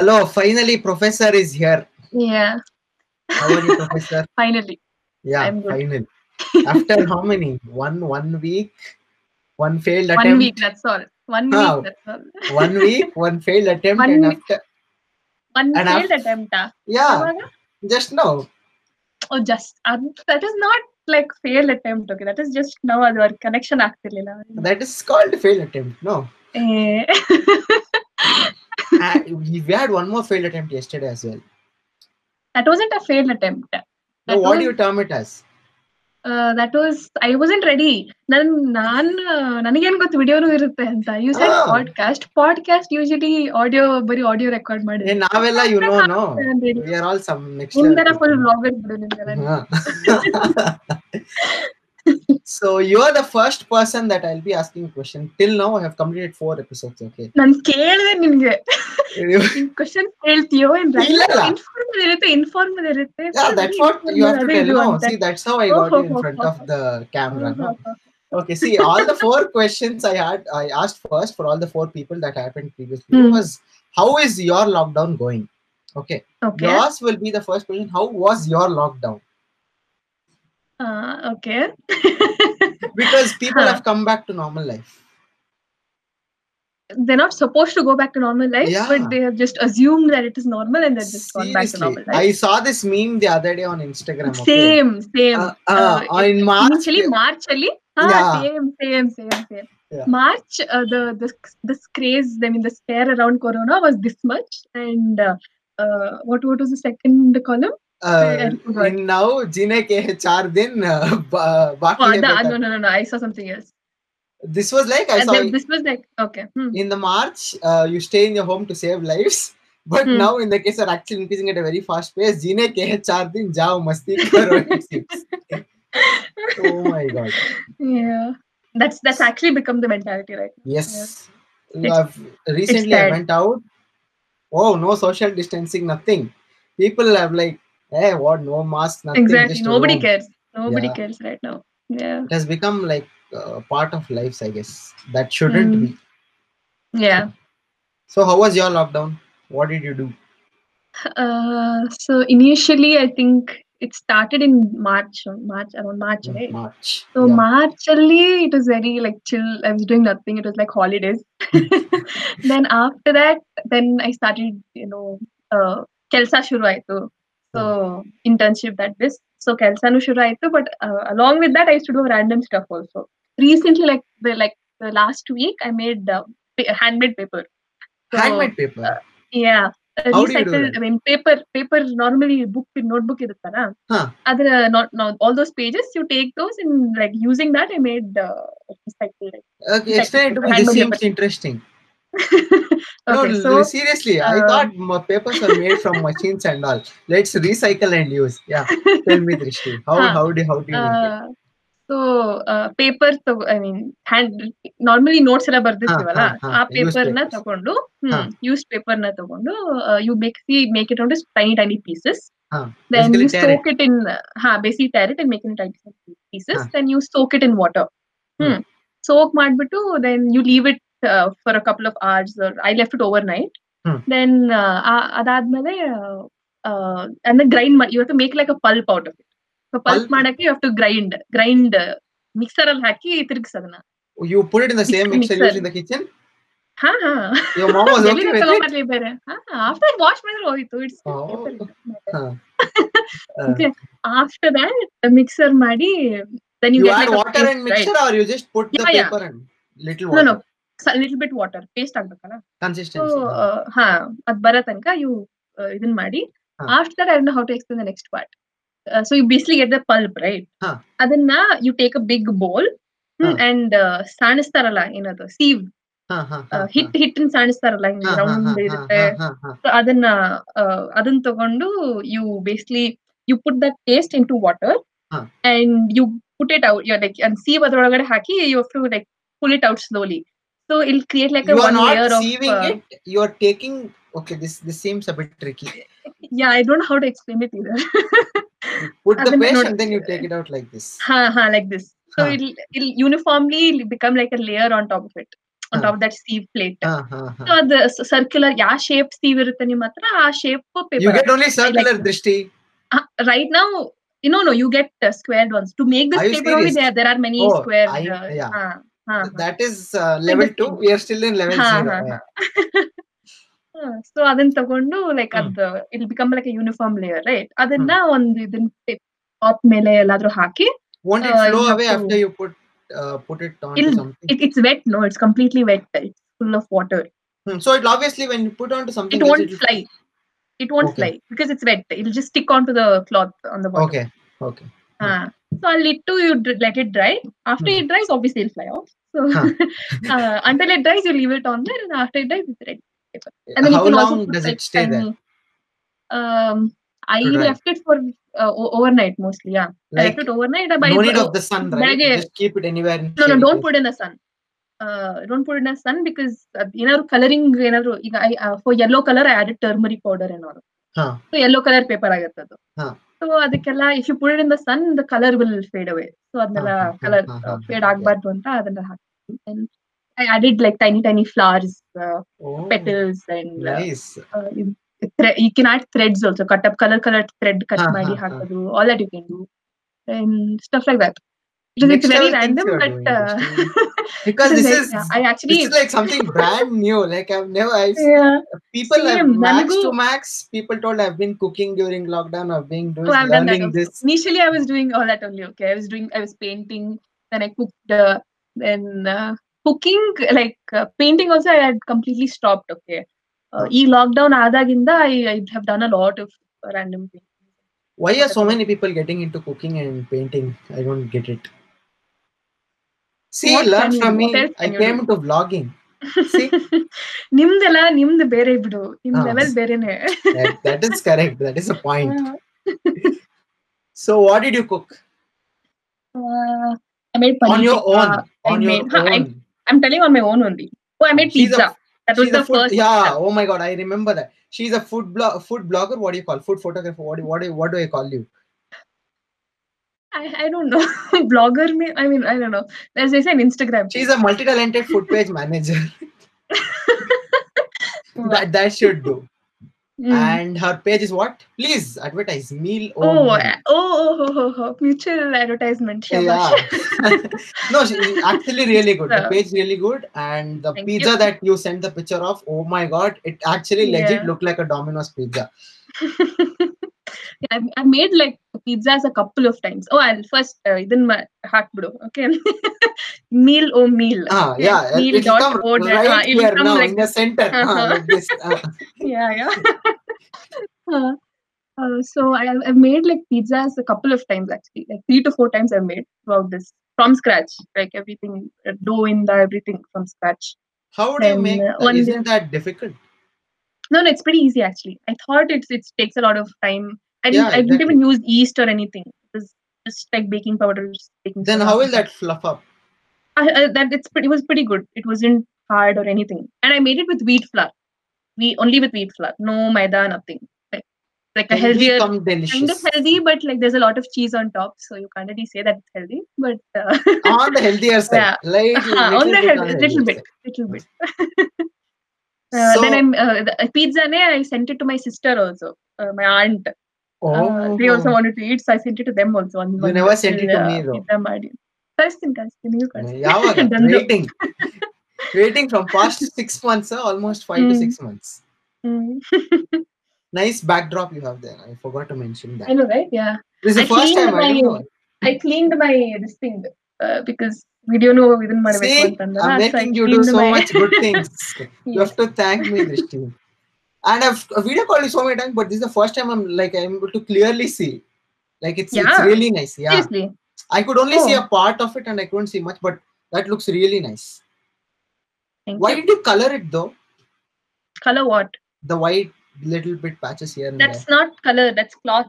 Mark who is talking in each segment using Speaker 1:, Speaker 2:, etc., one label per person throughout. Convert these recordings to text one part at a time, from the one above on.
Speaker 1: Oh, finally, professor is here.
Speaker 2: Yeah,
Speaker 1: How are you, professor?
Speaker 2: finally.
Speaker 1: Yeah,
Speaker 2: I'm good.
Speaker 1: finally. After how many? One one week, one failed attempt.
Speaker 2: One week, that's all. One week,
Speaker 1: Wow.
Speaker 2: that's all.
Speaker 1: one week, one failed attempt,
Speaker 2: One
Speaker 1: and
Speaker 2: week.
Speaker 1: after
Speaker 2: One
Speaker 1: And
Speaker 2: failed
Speaker 1: af-
Speaker 2: attempt. ah.
Speaker 1: yeah, just now.
Speaker 2: Oh, just um, that is not like failed attempt. Okay, that is just now ಅದು ಅವ್ರ connection ಆಗ್ತಿರ್ಲಿಲ್ಲ
Speaker 1: That is called failed attempt. No,
Speaker 2: Eh,
Speaker 1: I, we we had one more failed attempt yesterday as well.
Speaker 2: that wasn't a failed attempt.
Speaker 1: So
Speaker 2: That
Speaker 1: what
Speaker 2: was-
Speaker 1: do you term it as?
Speaker 2: Uh, that was I wasn't ready. ನನ್ ನಾನ್ uh, ನನಗೇನ್ ಗೊತ್ತು ವಿಡಿಯೋನು ಇರುತ್ತೆ ಅಂತ you said
Speaker 1: Ah.
Speaker 2: Podcast podcast usually audio ಬರೀ audio record
Speaker 1: Eh,
Speaker 2: ಮಾಡಿದ್ರೆ
Speaker 1: Navella, you know, no.
Speaker 2: ನಾನ್ ready.
Speaker 1: We are all some next
Speaker 2: ನಿಮ್ದೆಲ್ಲ
Speaker 1: level
Speaker 2: ಫುಲ್
Speaker 1: people.
Speaker 2: ಬ್ಲಾಗರ್ ಬಿಡು ನಿಮ್ದೆಲ್ಲ
Speaker 1: Yeah. so you are the first person that I'll be asking a question. Till now, I have completed four episodes. Okay.
Speaker 2: ನಾನ್ ಕೇಳಿದೆ ನಿನ್ಗೆ
Speaker 1: You-
Speaker 2: question ಕೇಳ್ತೀಯೋ ಏನ್
Speaker 1: ಇಲ್ಲ, ಇಲ್ಲ.
Speaker 2: Informal ಇರುತ್ತೆ informal ಇರುತ್ತೆ
Speaker 1: yeah, that's what you have to tell. No, see, that's how I got you in
Speaker 2: Oh,
Speaker 1: front
Speaker 2: oh,
Speaker 1: of
Speaker 2: oh.
Speaker 1: the camera. no? Okay, see, all the four questions I had, I asked first for all the four people that happened previously
Speaker 2: Hmm.
Speaker 1: was how is your lockdown going? Okay,
Speaker 2: okay
Speaker 1: yours will be the first question. How was your lockdown?
Speaker 2: Okay
Speaker 1: Because people
Speaker 2: Huh.
Speaker 1: have come back to normal life.
Speaker 2: they're not supposed to go back to normal life
Speaker 1: Yeah.
Speaker 2: but they have just assumed that it is normal and they've just gone back to normal
Speaker 1: Seriously,
Speaker 2: life
Speaker 1: I saw this meme the other day on Instagram. Okay,
Speaker 2: same same
Speaker 1: Uh, uh,
Speaker 2: Uh,
Speaker 1: in March,
Speaker 2: initially march ಅಲ್ಲಿ
Speaker 1: Yeah.
Speaker 2: Same same same same
Speaker 1: Yeah.
Speaker 2: march uh, the this this craze i mean the scare around corona was this much and uh, uh, what what was the second column
Speaker 1: uh,
Speaker 2: forgot.
Speaker 1: in now, jine ke hai char din, uh, ba- baaki
Speaker 2: oh,
Speaker 1: hai
Speaker 2: the,
Speaker 1: beta.
Speaker 2: no no no no i saw something else
Speaker 1: This was like I
Speaker 2: And
Speaker 1: saw
Speaker 2: then this was like okay hmm.
Speaker 1: in the March, uh, you stay in your home to save lives. But
Speaker 2: Hmm.
Speaker 1: now, in the case are actually increasing at a very fast pace. Jine ke hai char din, jao masti karo. it seems. oh my god!
Speaker 2: yeah that's that's actually become the mentality right
Speaker 1: Yes,
Speaker 2: It's-
Speaker 1: I've, recently I
Speaker 2: sad.
Speaker 1: went out. Oh, no social distancing, nothing. People have like, hey, what? No mask, nothing.
Speaker 2: exactly
Speaker 1: just
Speaker 2: nobody
Speaker 1: alone.
Speaker 2: cares nobody
Speaker 1: Yeah.
Speaker 2: cares right now yeah
Speaker 1: It has become like uh, part of lives, I guess. That shouldn't
Speaker 2: Hmm.
Speaker 1: be.
Speaker 2: yeah
Speaker 1: So, how was your lockdown? What did you do?
Speaker 2: Uh, so initially i think it started in march uh, march around march
Speaker 1: in
Speaker 2: right
Speaker 1: March.
Speaker 2: so
Speaker 1: Yeah.
Speaker 2: march only it was very like chill i was doing nothing it was like holidays then after that then i started you know uh, kelsa shuru ಆಯ್ತು. so internship that this so kelsa nu shuru ಆಯ್ತು, but uh, along with that i used to do random stuff also recently like the like the last week i made uh, pa- handmade paper So-
Speaker 1: Handmade paper.
Speaker 2: Yeah. uh,
Speaker 1: How do you do
Speaker 2: recycle.
Speaker 1: that?
Speaker 2: I mean, paper. Paper normally book notebook ಇರುತ್ತಲ್ಲ
Speaker 1: Huh.
Speaker 2: ಅದರ not not all those pages you take those and like using that I made uh, recycle. like-
Speaker 1: Okay,
Speaker 2: Like,
Speaker 1: explain it to me. This
Speaker 2: handmade
Speaker 1: seems
Speaker 2: paper.
Speaker 1: interesting.
Speaker 2: okay,
Speaker 1: no,
Speaker 2: so
Speaker 1: l- seriously, I
Speaker 2: uh,
Speaker 1: thought my papers are made from machines and all. Let's recycle and use. Yeah, tell me, Drishti, how
Speaker 2: Huh.
Speaker 1: how do how do you make it?
Speaker 2: uh, so uh, paper ತಗೊ- I mean hand normally notes ಎಲ್ಲ ಬರ್ದಿರ್ತೀವಲ್ಲ
Speaker 1: ಹಾ, ಹಾ,
Speaker 2: ಆ
Speaker 1: ಹಾ,
Speaker 2: paper ನ
Speaker 1: newspapers.
Speaker 2: ತಗೊಂಡು
Speaker 1: ಹಾ.
Speaker 2: Use paper ನ ತಗೊಂಡು uh, you make see make it into tiny tiny pieces.
Speaker 1: Huh.
Speaker 2: then
Speaker 1: Ah, Basically
Speaker 2: you
Speaker 1: tear it.
Speaker 2: soak it in uh, ha, basically tear it and make it into tiny pieces
Speaker 1: Huh.
Speaker 2: then you soak it in water
Speaker 1: Ah. Hmm.
Speaker 2: hmm. soak madbitu then you leave it uh, for a couple of hours or i left it overnight
Speaker 1: Hmm.
Speaker 2: then uh, ಆ- ಅದಾದ್ಮೇಲೆ uh, uh, and then grind ma- you have to make like a pulp out of it so pulp
Speaker 1: Pulp?
Speaker 2: ಮಾಡಕ್ಕೆ you have to grind grind mixer ಅಲ್ಲಿ ಹಾಕಿ ತಿರುಗಿಸೋದನ್ನ
Speaker 1: You put it in the same
Speaker 2: Mixer,
Speaker 1: mixer used in the kitchen.
Speaker 2: ಹಾ ಹಾ
Speaker 1: Your mom was Oh, okay with it.
Speaker 2: ತಗೊಂಡ್ಬರ್ಲಿ ಬೇರೆ after wash ಮಾಡಿದ್ರೆ ಹೋಯ್ತು it's
Speaker 1: Oh. Uh,
Speaker 2: Okay. After that mixer ಮಾಡಿ then you,
Speaker 1: Uh, you
Speaker 2: get
Speaker 1: add
Speaker 2: like a
Speaker 1: water
Speaker 2: paste,
Speaker 1: and mixture, or you just put the
Speaker 2: Yeah, yeah.
Speaker 1: paper and little
Speaker 2: right? no
Speaker 1: water
Speaker 2: no so little bit water paste ಆಗ್ಬೇಕಲ್ಲ so
Speaker 1: consistency.
Speaker 2: ಹಾ uh, ಅದ್ ಬರೋ ತನಕ you ಇದನ್ ಮಾಡಿ
Speaker 1: ಹಾ.
Speaker 2: After that I know how to explain the next part so you basically get the pulp right
Speaker 1: ಹಾ.
Speaker 2: ಅದನ್ನ you take a big bowl
Speaker 1: ಹಾ.
Speaker 2: ಅಂಡ್ ಸಾಣಿಸ್ತಾರಲ್ಲ ಏನದು ಸೀವ್
Speaker 1: Huh, huh, huh,
Speaker 2: ಹಿಟ್ ಹಿಟ್ಟಿನ ಸಾಣಿಸ್ತಾರಲ್ಲ ಹಿಂಗೆ
Speaker 1: huh, huh, huh,
Speaker 2: round
Speaker 1: huh,
Speaker 2: ಇರುತ್ತೆ
Speaker 1: huh, huh, huh.
Speaker 2: So ಅದನ್ನ ಆ, ಅದನ್ನ ತಗೊಂಡು you basically you put that paste into water
Speaker 1: ಹಾ.
Speaker 2: And you put it out like sieve ಅದ್ರೊಳಗಡೆ ಹಾಕಿ you have to like pull it out slowly so it'll create like
Speaker 1: You are
Speaker 2: one layer
Speaker 1: not
Speaker 2: of
Speaker 1: sieving it. You are taking. Okay, this this seems a bit tricky.
Speaker 2: Yeah I don't how to explain it ಇದರ್
Speaker 1: Put the
Speaker 2: ಅದನ್ನ
Speaker 1: paste
Speaker 2: ನೋಡಿ-
Speaker 1: and then you take it out like this.
Speaker 2: ಹಾ ಹಾ like this so
Speaker 1: ಹಾ.
Speaker 2: It'll it'll uniformly it'll become like a layer on top of it on
Speaker 1: ಹಾ.
Speaker 2: top of that sieve plate.
Speaker 1: ಹಾ, ಹಾ, ಹಾ.
Speaker 2: So the s- circular yeah shape sieve ಇರುತ್ತೆ ನಿಮ್ಮ ಹತ್ರ ಆ shape
Speaker 1: You
Speaker 2: paper.
Speaker 1: get only circular drishti.
Speaker 2: Uh, right now, you know, no, you get uh, squared ones. To make this
Speaker 1: Are you
Speaker 2: paper only,
Speaker 1: serious?
Speaker 2: there there are many
Speaker 1: Oh,
Speaker 2: square.
Speaker 1: I-
Speaker 2: uh,
Speaker 1: yeah.
Speaker 2: ಹಾ, ಹಾ, ಹಾ.
Speaker 1: That is uh, level two. We are still in level
Speaker 2: ಹಾ,
Speaker 1: zero.
Speaker 2: ಹಾ,
Speaker 1: Yeah.
Speaker 2: So ಅದನ್ನ ತಗೊಂಡು like
Speaker 1: ಹ್ಮ್.
Speaker 2: ಅದ್ ಇಲ್ become like uniform layer right ಅದನ್ನ
Speaker 1: Hmm.
Speaker 2: ಒಂದ್ ಇದನ್ ಟಾಪ್ ಮೇಲೆ ಎಲ್ಲಾದ್ರೂ ಹಾಕಿ
Speaker 1: Won't it
Speaker 2: Uh, you
Speaker 1: flow
Speaker 2: have
Speaker 1: away
Speaker 2: to-
Speaker 1: after you put uh, put it onto
Speaker 2: It'll-
Speaker 1: something?
Speaker 2: it, it's wet no it's completely wet it's full of water
Speaker 1: Hmm, So it obviously when you put onto something,
Speaker 2: it
Speaker 1: else,
Speaker 2: won't
Speaker 1: it'll-
Speaker 2: fly it won't
Speaker 1: Okay.
Speaker 2: fly because it's wet it'll just stick onto the cloth on the water
Speaker 1: Okay. Okay.
Speaker 2: ಹಾ. so i'll it to you dr- let it dry after
Speaker 1: Hmm.
Speaker 2: it dries obviously it'll fly off so
Speaker 1: Huh.
Speaker 2: uh, until it dries you leave it on there and after it dries it's ready and then
Speaker 1: How
Speaker 2: you can
Speaker 1: long
Speaker 2: also put
Speaker 1: does
Speaker 2: like
Speaker 1: it stay there?
Speaker 2: tiny- um i
Speaker 1: To dry?
Speaker 2: left it for uh, o- overnight mostly yeah i
Speaker 1: Like
Speaker 2: left it overnight I- by
Speaker 1: no
Speaker 2: the-
Speaker 1: need of the sun, right?
Speaker 2: ಬೆಳಗ್ಗೆ-
Speaker 1: Just keep it anywhere. in
Speaker 2: no no
Speaker 1: shade.
Speaker 2: don't put in the sun uh, don't put in the sun because uh, ಅದ್ ಏನಾದ್ರು colouring ಏನಾದ್ರು ಈಗ I for yellow colour I add turmeric powder ಏನಾದ್ರು
Speaker 1: ಹಾ.
Speaker 2: So yellow colour paper ಆಗುತ್ತೆ ಅದು
Speaker 1: ಹಾ.
Speaker 2: So ಅದಕ್ಕೆಲ್ಲ if you put in the sun the colour will fade away so ಅದನ್ನೆಲ್ಲ
Speaker 1: ಹಾ, ಹಾ, ಹಾ,
Speaker 2: ಕಲರ್
Speaker 1: ಹಾ, ಹಾ,
Speaker 2: ಫೇಡ್
Speaker 1: ಹಾ.
Speaker 2: ಆಗ್ಬಾರ್ದು ಅಂತ ಅದನ್ನ ಹಾಕ್ತೀನಿ I added like tiny tiny flowers
Speaker 1: Oh,
Speaker 2: petals and
Speaker 1: nice.
Speaker 2: You can add threads also cut up colour colour thread cut
Speaker 1: ಹಾ,
Speaker 2: ಮಾಡಿ
Speaker 1: ಹಾ, ಹಾ.
Speaker 2: ಹಾಕೋದು all that you can do and stuff like that it
Speaker 1: Next
Speaker 2: it's very
Speaker 1: level things
Speaker 2: random
Speaker 1: you are
Speaker 2: but
Speaker 1: doing,
Speaker 2: uh,
Speaker 1: Drishti. because this is
Speaker 2: I actually
Speaker 1: this is like something brand new. Like I've never I people have
Speaker 2: Same,
Speaker 1: max
Speaker 2: nanigu-
Speaker 1: to max people told I've been cooking during lockdown. I've been doing
Speaker 2: Oh, I've done that
Speaker 1: learning
Speaker 2: also.
Speaker 1: this.
Speaker 2: Initially, I was doing all that only. Okay, I was doing, I was painting. Then I cooked. Uh, then uh, cooking, like uh, painting, also I had completely stopped. Okay,
Speaker 1: Ah.
Speaker 2: uh, e lockdown aadaginda I I have done a lot of random things.
Speaker 1: Why are so many people getting into cooking and painting? I don't get it. See,
Speaker 2: What can
Speaker 1: learn
Speaker 2: you
Speaker 1: from
Speaker 2: do? What
Speaker 1: me.
Speaker 2: else
Speaker 1: I
Speaker 2: can you do?
Speaker 1: came into vlogging. See,
Speaker 2: ನಿಮ್ದೆಲ್ಲ ನಿಮ್ದು ಬೇರೆ ಬಿಡು ನಿಮ್
Speaker 1: ಹಾ.
Speaker 2: Level ಬೇರೆನೆ
Speaker 1: that, that is correct. That is a point. So, what did you cook
Speaker 2: I made
Speaker 1: on your own?
Speaker 2: I
Speaker 1: On your
Speaker 2: made- huh, I-
Speaker 1: own.
Speaker 2: I am telling on my own only oh I made
Speaker 1: She's a-
Speaker 2: pizza that was
Speaker 1: She's
Speaker 2: the
Speaker 1: a food.
Speaker 2: First
Speaker 1: Yeah. Oh my God. I remember that. She's a food blog, food blogger. What do you call food photographer? What do, what do, what do I call you?
Speaker 2: I, I don't know. Blogger me I mean I don't know. There's there's an Instagram.
Speaker 1: She's a multi-talented food page manager. that that should do.
Speaker 2: Mm.
Speaker 1: and her page is what please advertise meal
Speaker 2: oh,
Speaker 1: only.
Speaker 2: eh, oh, oh, oh, oh, oh, mutual advertisement.
Speaker 1: yeah
Speaker 2: Shabash.
Speaker 1: no she, actually really good the
Speaker 2: Yeah.
Speaker 1: page really good and the
Speaker 2: Thank
Speaker 1: pizza
Speaker 2: you.
Speaker 1: that you sent the picture of oh my god it actually legit
Speaker 2: Yeah.
Speaker 1: looked like a domino's pizza
Speaker 2: Yeah, I've, I've made like pizzas a couple of times. Oh, I'll first uh, then my heart bro. Okay, meal oh meal.
Speaker 1: ah
Speaker 2: Okay,
Speaker 1: yeah it-
Speaker 2: meal
Speaker 1: it'll
Speaker 2: dot
Speaker 1: come
Speaker 2: order.
Speaker 1: right
Speaker 2: Ah, it'll
Speaker 1: here
Speaker 2: come
Speaker 1: now
Speaker 2: like
Speaker 1: in the center Ah,
Speaker 2: Uh-huh.
Speaker 1: like this. Ah,
Speaker 2: yeah yeah uh, uh, so I, i've made like pizzas a couple of times actually like three to four times i've made throughout this from scratch like everything uh, dough in the everything from scratch
Speaker 1: how do you
Speaker 2: Then,
Speaker 1: make
Speaker 2: uh,
Speaker 1: that?
Speaker 2: one day-
Speaker 1: isn't that difficult
Speaker 2: no no it's pretty easy actually i thought it's it takes a lot of time i didn't
Speaker 1: Yeah,
Speaker 2: i didn't even use yeast or anything it was just like baking powder just baking
Speaker 1: then
Speaker 2: soda.
Speaker 1: how will that fluff up
Speaker 2: I, I, that it's pretty it was pretty good it wasn't hard or anything and i made it with wheat flour we only with wheat flour no maida nothing like, like a
Speaker 1: It'll
Speaker 2: healthier
Speaker 1: become
Speaker 2: kind of
Speaker 1: delicious
Speaker 2: healthy, but like there's a lot of cheese on top, so you can't really say that it's healthy. But uh,
Speaker 1: on the healthier side
Speaker 2: Yeah. Uh-huh,
Speaker 1: like
Speaker 2: on the healthy, little bit, little bit. Uh, then I'm uh, the uh, pizza. Ne, I sent it to my sister also, uh, my aunt. Uh, they also wanted to eat, so I sent it to them also. On,
Speaker 1: Oh. You
Speaker 2: one
Speaker 1: never sent
Speaker 2: little, uh,
Speaker 1: it to me though.
Speaker 2: pizza ಮಾಡಿ. ಕಳ್ಸ್ತೀನಿ ಕಳ್ಸ್ತೀನಿ ನೀವು ಕಳ್ಸಿ
Speaker 1: ಯಾವಾಗ
Speaker 2: ಬಂದು.
Speaker 1: waiting waiting from past six months uh, almost five to
Speaker 2: Mm.
Speaker 1: six months
Speaker 2: Mm.
Speaker 1: nice backdrop you have there i forgot to mention that
Speaker 2: I know, right? Yeah.
Speaker 1: this is the
Speaker 2: I
Speaker 1: first
Speaker 2: cleaned
Speaker 1: time i don't
Speaker 2: my-
Speaker 1: know
Speaker 2: I cleaned my this thing uh, because ವಿಡಿಯೋನು ಇದನ್ನ ಮಾಡಬೇಕು
Speaker 1: see
Speaker 2: ಅಂತಂದ್ರೆ
Speaker 1: i'm making you do so much good things you have to thank me drishti and i've uh, video called you so many times but this is the first time i'm like i'm able to clearly see like it's, it's
Speaker 2: Yeah.
Speaker 1: really nice yeah
Speaker 2: Seriously.
Speaker 1: i could only see
Speaker 2: Oh.
Speaker 1: a part of it and i couldn't see much but that looks really nice
Speaker 2: Thank
Speaker 1: why
Speaker 2: you.
Speaker 1: did you color it though
Speaker 2: Color what?
Speaker 1: the white little bit patches here and there
Speaker 2: that's not color that's cloth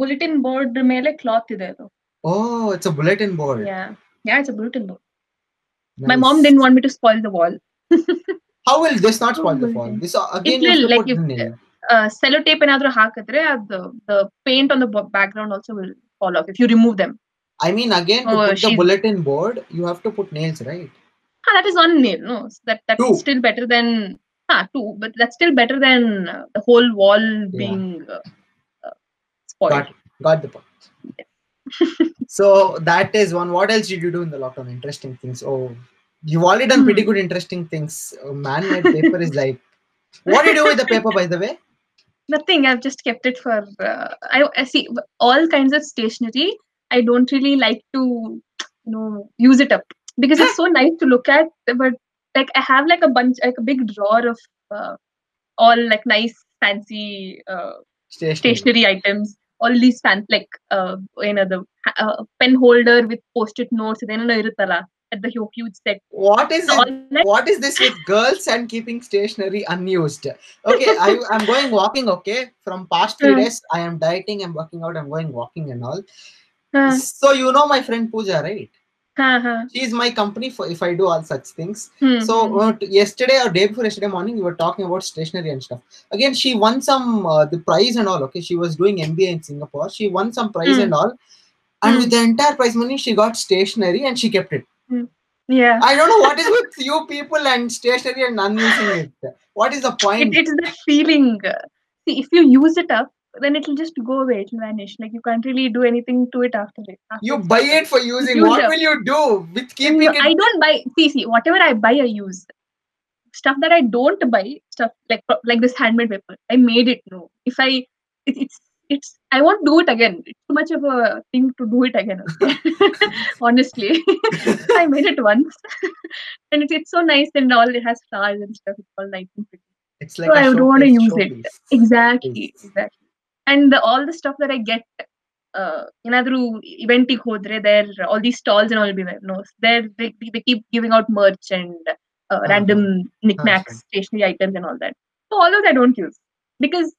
Speaker 2: bulletin board ಮೇಲೆ cloth ಇದೆ ಅದು
Speaker 1: oh it's a bulletin board
Speaker 2: yeah yeah it's a bulletin board my
Speaker 1: Nice.
Speaker 2: mom didn't want me to spoil the wall
Speaker 1: How will this not spoil the
Speaker 2: Oh,
Speaker 1: fall?
Speaker 2: bulletin.
Speaker 1: This uh, again you
Speaker 2: will,
Speaker 1: have to
Speaker 2: like,
Speaker 1: put
Speaker 2: if-
Speaker 1: nail.
Speaker 2: uh, sellotape ಏನಾದ್ರೂ ಹಾಕಿದ್ರೆ ಅದು the paint on the bo- background also will fall off if you remove them
Speaker 1: I mean, again to
Speaker 2: Oh,
Speaker 1: put the
Speaker 2: she's-
Speaker 1: bulletin board, you have to put nails, right?
Speaker 2: ha, Ah, that is one nail no so that that's
Speaker 1: Two.
Speaker 2: still better than ha, two but that's still better than uh, the whole wall being uh, uh, spoiled
Speaker 1: Got, got the point. so that is one. What else did you do in the lockdown? Interesting things. Oh, you've already done
Speaker 2: Hmm.
Speaker 1: pretty good interesting things. Oh, man, my paper is like. What did you do with the paper, by the way?
Speaker 2: nothing i've just kept it for uh, I, I see w- all kinds of stationery i don't really like to you know use it up because it's so nice to look at but like i have like a bunch like a big drawer of uh, all like nice fancy uh,
Speaker 1: Stationery.
Speaker 2: stationery items all these fan like uh, ಏನದು, ha- uh, pen holder with post-it notes ಇದೇನೇನೋ ಇರುತ್ತಲ್ಲ at the hu- huge set
Speaker 1: What is
Speaker 2: So
Speaker 1: it?
Speaker 2: all that-
Speaker 1: What is this with girls and keeping stationery unused? Okay, I, I'm going walking. Okay, from past three
Speaker 2: Hmm.
Speaker 1: days, I am dieting. I'm working out. I'm going walking and all.
Speaker 2: ಹಾ,
Speaker 1: So you know my friend Pooja, right?
Speaker 2: ಹಾ, ಹಾ.
Speaker 1: She is my company for if I do all such things.
Speaker 2: Hmm,
Speaker 1: So
Speaker 2: hmm.
Speaker 1: uh, t- yesterday or day before yesterday morning, we were talking about stationery and stuff. Again, she won some uh, the prize and all. Okay, she was doing MBA in Singapore. She won some prize
Speaker 2: Mm.
Speaker 1: and all, and
Speaker 2: Mm.
Speaker 1: with the entire prize money, she got stationery and she kept it.
Speaker 2: yeah
Speaker 1: I don't know what is with you people and stationery and unusing it. What is the
Speaker 2: it,
Speaker 1: point?
Speaker 2: it's the feeling. See, if you use it up, then it'll just go away. It'll vanish. Like you can't really do anything to it after it. after
Speaker 1: You
Speaker 2: it's
Speaker 1: buy
Speaker 2: done.
Speaker 1: it for using.
Speaker 2: Use
Speaker 1: What
Speaker 2: up.
Speaker 1: will you do with keeping
Speaker 2: No, I
Speaker 1: it?
Speaker 2: don't buy. See, see, whatever I buy, I use. Stuff that I don't buy, stuff like pro- like this handmade paper. I made it. No, if I, it, it's it's. I won't do it again. It's too much of a thing to do it again. okay? Honestly, I made it once, and it's it's so nice and all. It has flowers and stuff. It's all nice and pretty.
Speaker 1: It's like
Speaker 2: So I
Speaker 1: I
Speaker 2: don't wanna use it. exactly
Speaker 1: Yes.
Speaker 2: exactly and the, all the stuff that i get uh ಏನಾದ್ರೂ event ಗೆ ಹೋದ್ರೆ there all these stalls and all will be there no there they, they- they keep giving out merch and uh, random knickknacks
Speaker 1: Uh-huh.
Speaker 2: stationery items and all that so all those i don't use because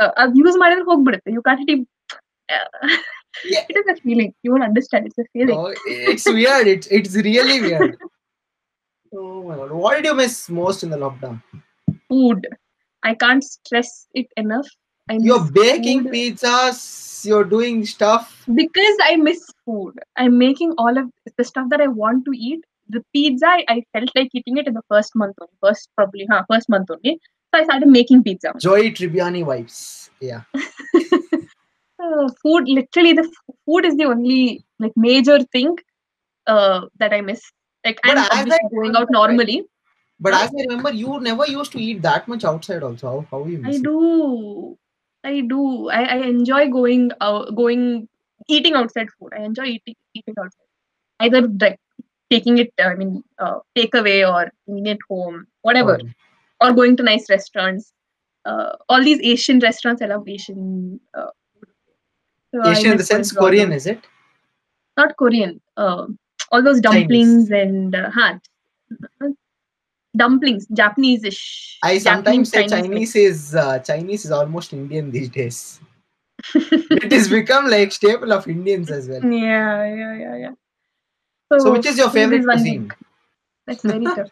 Speaker 2: uh, i've used my ಹೋಗ್ಬಿಡುತ್ತೆ you can't really uh,
Speaker 1: Yeah.
Speaker 2: it is a feeling you won't understand it's a feeling
Speaker 1: Oh, it's weird. It's it's really weird. Oh my god! What did you miss most in the lockdown?
Speaker 2: food i can't stress it enough I
Speaker 1: You're
Speaker 2: miss
Speaker 1: baking
Speaker 2: food.
Speaker 1: pizzas. You're doing stuff.
Speaker 2: because I miss food. I'm making all of the stuff that I want to eat. The pizza, I, I felt like eating it in the first month only, first probably, huh, first month only. So I started making pizza.
Speaker 1: Joey Tribbiani vibes. Yeah.
Speaker 2: So food, literally, the f- food is the only like major thing uh, that I miss. Like
Speaker 1: But
Speaker 2: I'm
Speaker 1: as I
Speaker 2: obviously going out normally.
Speaker 1: But as I remember, you never used to eat that much outside. Also, how how you
Speaker 2: I
Speaker 1: miss? it?
Speaker 2: do, I do. I, I enjoy going out, going eating outside food. I enjoy eating eating outside, either like taking it. I mean, uh, takeaway or eating at home, whatever,
Speaker 1: Um,
Speaker 2: or going to nice restaurants. Uh, all these Asian restaurants, I love Asian. Uh, food. So I
Speaker 1: Asian in the
Speaker 2: miss going
Speaker 1: sense
Speaker 2: to all
Speaker 1: Korean,
Speaker 2: those-
Speaker 1: is it?
Speaker 2: not Korean. Uh, all those dumplings and uh, huh, dumplings, Japanese-ish.
Speaker 1: I sometimes say
Speaker 2: Japanese,
Speaker 1: Chinese, is uh, Chinese is almost Indian these days. it has become like staple of Indians as well.
Speaker 2: Yeah, yeah, yeah, yeah.
Speaker 1: So, which is your
Speaker 2: food
Speaker 1: favorite
Speaker 2: one
Speaker 1: cuisine?
Speaker 2: week. That's very tough.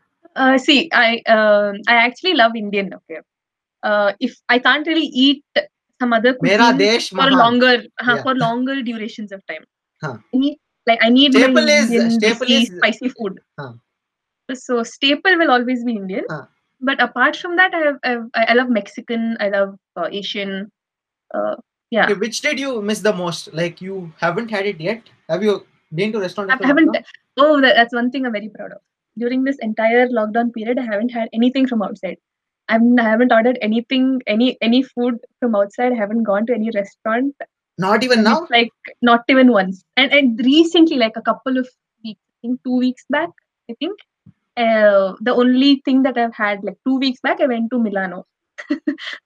Speaker 2: uh, see, I um, I actually love Indian. Okay, uh, if I can't really eat some other
Speaker 1: Mera
Speaker 2: cuisine
Speaker 1: Desh
Speaker 2: for
Speaker 1: Mahan.
Speaker 2: longer huh,
Speaker 1: Yeah.
Speaker 2: for longer durations of time,
Speaker 1: Huh.
Speaker 2: I need, like I need my
Speaker 1: Staple is-
Speaker 2: Indian
Speaker 1: staple
Speaker 2: juicy,
Speaker 1: is-
Speaker 2: spicy food.
Speaker 1: Huh.
Speaker 2: So staple will always be Indian.
Speaker 1: Huh.
Speaker 2: But apart from that, I have, I, have, I love Mexican. I love uh, Asian. Uh, yeah.
Speaker 1: Okay, which did you miss the most? Like you haven't had it yet? Have you been to restaurant?
Speaker 2: I
Speaker 1: after
Speaker 2: haven't.
Speaker 1: lockdown?
Speaker 2: Oh, that, that's one thing I'm very proud of. During this entire lockdown period, I haven't had anything from outside. I'm, I haven't ordered anything, any any food from outside. I haven't gone to any restaurant.
Speaker 1: Not even
Speaker 2: and
Speaker 1: now.
Speaker 2: it's like not even once. And and recently, like a couple of weeks, I think two weeks back, I think uh, the only thing that I've had like two weeks back, I went to Milano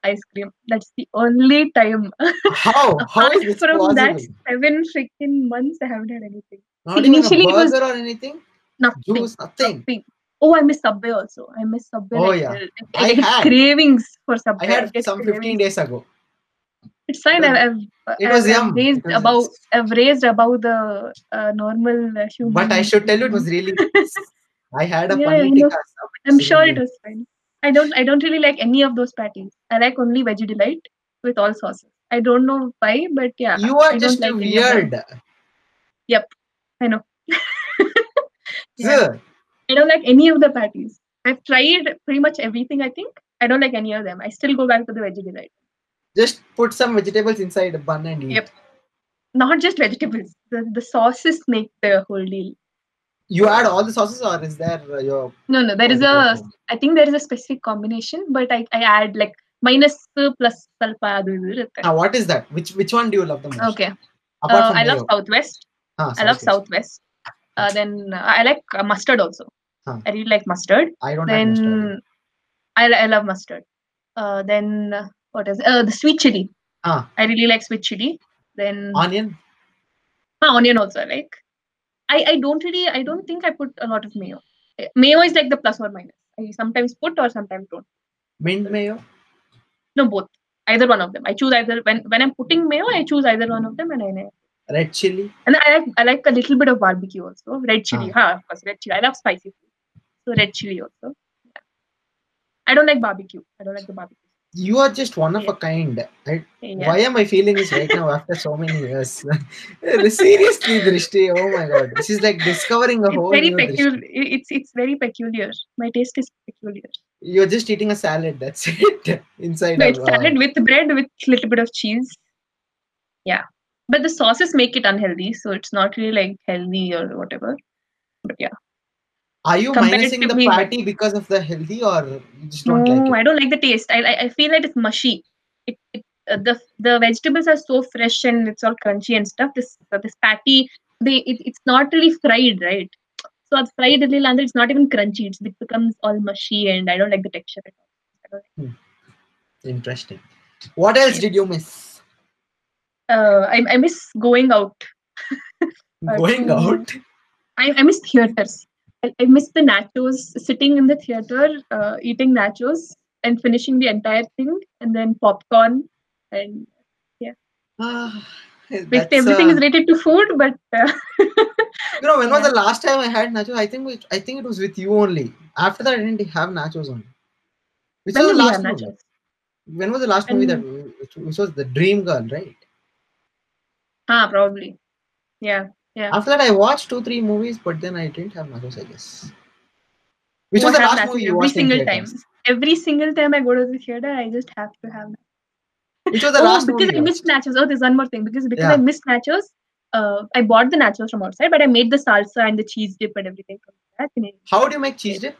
Speaker 2: ice cream. That's the only time.
Speaker 1: How? How
Speaker 2: Apart
Speaker 1: is this
Speaker 2: from
Speaker 1: possible?
Speaker 2: that, seven freaking months, I haven't had anything.
Speaker 1: Not even a
Speaker 2: initially it was-
Speaker 1: burger or anything.
Speaker 2: Nothing.
Speaker 1: Juice, nothing.
Speaker 2: Something. Oh, I miss Subway also. I miss Subway.
Speaker 1: Oh,
Speaker 2: like
Speaker 1: yeah.
Speaker 2: hell.
Speaker 1: I
Speaker 2: I, I get
Speaker 1: had-
Speaker 2: cravings for Subway.
Speaker 1: I
Speaker 2: I
Speaker 1: had
Speaker 2: get
Speaker 1: some
Speaker 2: cravings.
Speaker 1: 15 days ago.
Speaker 2: It's fine.
Speaker 1: It
Speaker 2: I've, I've,
Speaker 1: It
Speaker 2: I've-
Speaker 1: was
Speaker 2: I've
Speaker 1: yum.
Speaker 2: raised
Speaker 1: It was
Speaker 2: above.
Speaker 1: nice.
Speaker 2: I've raised above the uh, normal uh, human.
Speaker 1: But I should tell you, it was really. nice. I had a
Speaker 2: Yeah,
Speaker 1: paneer
Speaker 2: I know.
Speaker 1: tikka. sub.
Speaker 2: I'm
Speaker 1: It's
Speaker 2: sure
Speaker 1: really
Speaker 2: it was fine. I don't. I don't really like any of those patties. I like only veggie delight with all sauces. I don't know why, but yeah.
Speaker 1: You are
Speaker 2: I don't
Speaker 1: just
Speaker 2: like any of them.
Speaker 1: weird.
Speaker 2: I know. Yeah. I don't like any of the patties. I've tried pretty much everything, I think. I don't like any of them. I still go back to the veggie delight.
Speaker 1: Just put some vegetables inside a bun and eat.
Speaker 2: Yep. Not just vegetables. The, the sauces make the whole deal.
Speaker 1: You add all the sauces, or is there uh, your?
Speaker 2: No, no, there is a. I think there is a specific combination, but I, I add like minus plus ಸ್ವಲ್ಪ ಅದು ಇದು ಇರುತ್ತೆ.
Speaker 1: Now, what is that? Which which one do you love the most?
Speaker 2: Okay.
Speaker 1: Ah, Apart
Speaker 2: Uh,
Speaker 1: from
Speaker 2: I love
Speaker 1: mayo.
Speaker 2: Southwest.
Speaker 1: Ah,
Speaker 2: I love
Speaker 1: sauces.
Speaker 2: Southwest. Uh, then uh, I like uh, mustard also.
Speaker 1: Huh.
Speaker 2: I really like mustard.
Speaker 1: Ah. I don't have mustard.
Speaker 2: then I, I love mustard. Uh, then uh, what is uh, the sweet chili?
Speaker 1: Ah.
Speaker 2: I really like sweet chili. Then
Speaker 1: Onion.
Speaker 2: Ah, onion also I like. I I don't really I don't think I put a lot of mayo. Eh, Mayo is like the plus or minus. I sometimes put or sometimes don't.
Speaker 1: Mint mayo.
Speaker 2: No, both. Either one of them. I choose either when when I'm putting mayo, I choose either one of them, and I
Speaker 1: Red chili.
Speaker 2: and I like I like a little bit of barbecue also. Red chili, huh? Of course, red chili. I love spicy food, so red chili also. Yeah. I don't like barbecue. I don't like the barbecue.
Speaker 1: You are just one of
Speaker 2: Yeah.
Speaker 1: a kind. I,
Speaker 2: Yeah.
Speaker 1: Why am I feeling this right now after so many years? Seriously, Drishti. Oh my god. This is like discovering a whole
Speaker 2: it's very
Speaker 1: new
Speaker 2: peculiar.
Speaker 1: Drishti.
Speaker 2: It's it's very peculiar. My taste is peculiar.
Speaker 1: You're just eating a salad. That's it. Inside
Speaker 2: No,
Speaker 1: of,
Speaker 2: it's salad with bread with little bit of cheese. Yeah, but the sauces make it unhealthy, so it's not really like healthy or whatever. But yeah,
Speaker 1: Are you minusing the
Speaker 2: comparatively-
Speaker 1: party because of the healthy, or you just
Speaker 2: no,
Speaker 1: don't like it?
Speaker 2: I don't like the taste. I I, I feel like it's mushy. It, it uh, the the vegetables are so fresh and it's all crunchy and stuff. This uh, this patty, they it, it's not really fried, right? So it's fried really, and it's not even crunchy. It's, it becomes all mushy, and I don't like the texture at all. I don't
Speaker 1: Interesting. What else did you miss?
Speaker 2: uh, I, I miss going out. Uh,
Speaker 1: Going
Speaker 2: to-
Speaker 1: out.
Speaker 2: I, I miss theaters. I, I miss the nachos, sitting in the theater, uh, eating nachos and finishing the entire thing, and then popcorn. And
Speaker 1: Ah,
Speaker 2: like
Speaker 1: that's,
Speaker 2: everything
Speaker 1: uh,
Speaker 2: is related to food, but uh,
Speaker 1: You know, when was
Speaker 2: Yeah.
Speaker 1: the last time I had nachos? I think it, I think it was with you only. After that, I didn't have nachos only. Which
Speaker 2: when
Speaker 1: was
Speaker 2: did
Speaker 1: the
Speaker 2: we
Speaker 1: last
Speaker 2: have
Speaker 1: movie?
Speaker 2: nachos?
Speaker 1: When was the last movie that which, which was the Dream Girl, right?
Speaker 2: Ah, probably. Yeah. Yeah.
Speaker 1: After that, I watched two three movies, but then I didn't have nachos. I guess. Which was
Speaker 2: I
Speaker 1: the
Speaker 2: have
Speaker 1: last
Speaker 2: nachos
Speaker 1: movie you
Speaker 2: every
Speaker 1: watched in
Speaker 2: single time.
Speaker 1: theaters?
Speaker 2: Every single time I go to the theater, I just have to have.
Speaker 1: Which was the
Speaker 2: oh,
Speaker 1: last
Speaker 2: because
Speaker 1: movie?
Speaker 2: I
Speaker 1: you
Speaker 2: missed
Speaker 1: watched?
Speaker 2: nachos. Oh, there's one more thing. Because because I
Speaker 1: Yeah.
Speaker 2: missed nachos, uh, I bought the nachos from outside, but I made the salsa and the cheese dip and everything from that. And I-
Speaker 1: How do you make cheese dip?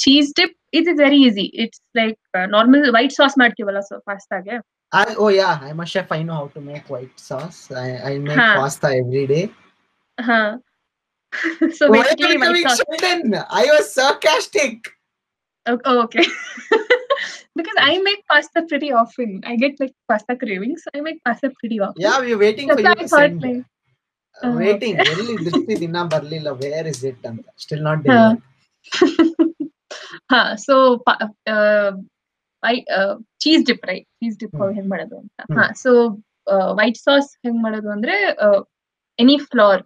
Speaker 2: cheese dip, it is very easy. It's like uh, normal white sauce madkivala so pasta. Yeah.
Speaker 1: I oh yeah, I'm a chef. I know how to make white sauce. I, I make
Speaker 2: Huh.
Speaker 1: pasta every day.
Speaker 2: Huh. so
Speaker 1: Why are
Speaker 2: basically,
Speaker 1: you
Speaker 2: white
Speaker 1: becoming
Speaker 2: sauce.
Speaker 1: Sheldon? I was sarcastic.
Speaker 2: Oh, oh, okay. because I make pasta pretty often. I get like pasta cravings. I make pasta pretty often.
Speaker 1: Yeah, we are waiting for
Speaker 2: That's
Speaker 1: you
Speaker 2: why
Speaker 1: to
Speaker 2: I thought
Speaker 1: send.
Speaker 2: like
Speaker 1: Uh,
Speaker 2: Oh,
Speaker 1: waiting. ಎಲ್ಲಿ ದೃಷ್ಟಿ ದಿನ ಬರ್ಲಿಲ್ಲ where is it ಅಂತ still not
Speaker 2: Huh. ಹಾ so I cheese dip right cheese dip
Speaker 1: hmm.
Speaker 2: ಹೆಂಗ್ ಮಾಡೋದು ಅಂತ हाँ,
Speaker 1: ಹ್ಮ್.
Speaker 2: ಹಾ ಸೊ ವೈಟ್ ಸಾಸ್ ಹೆಂಗ್ ಮಾಡೋದು ಅಂದ್ರೆ any flour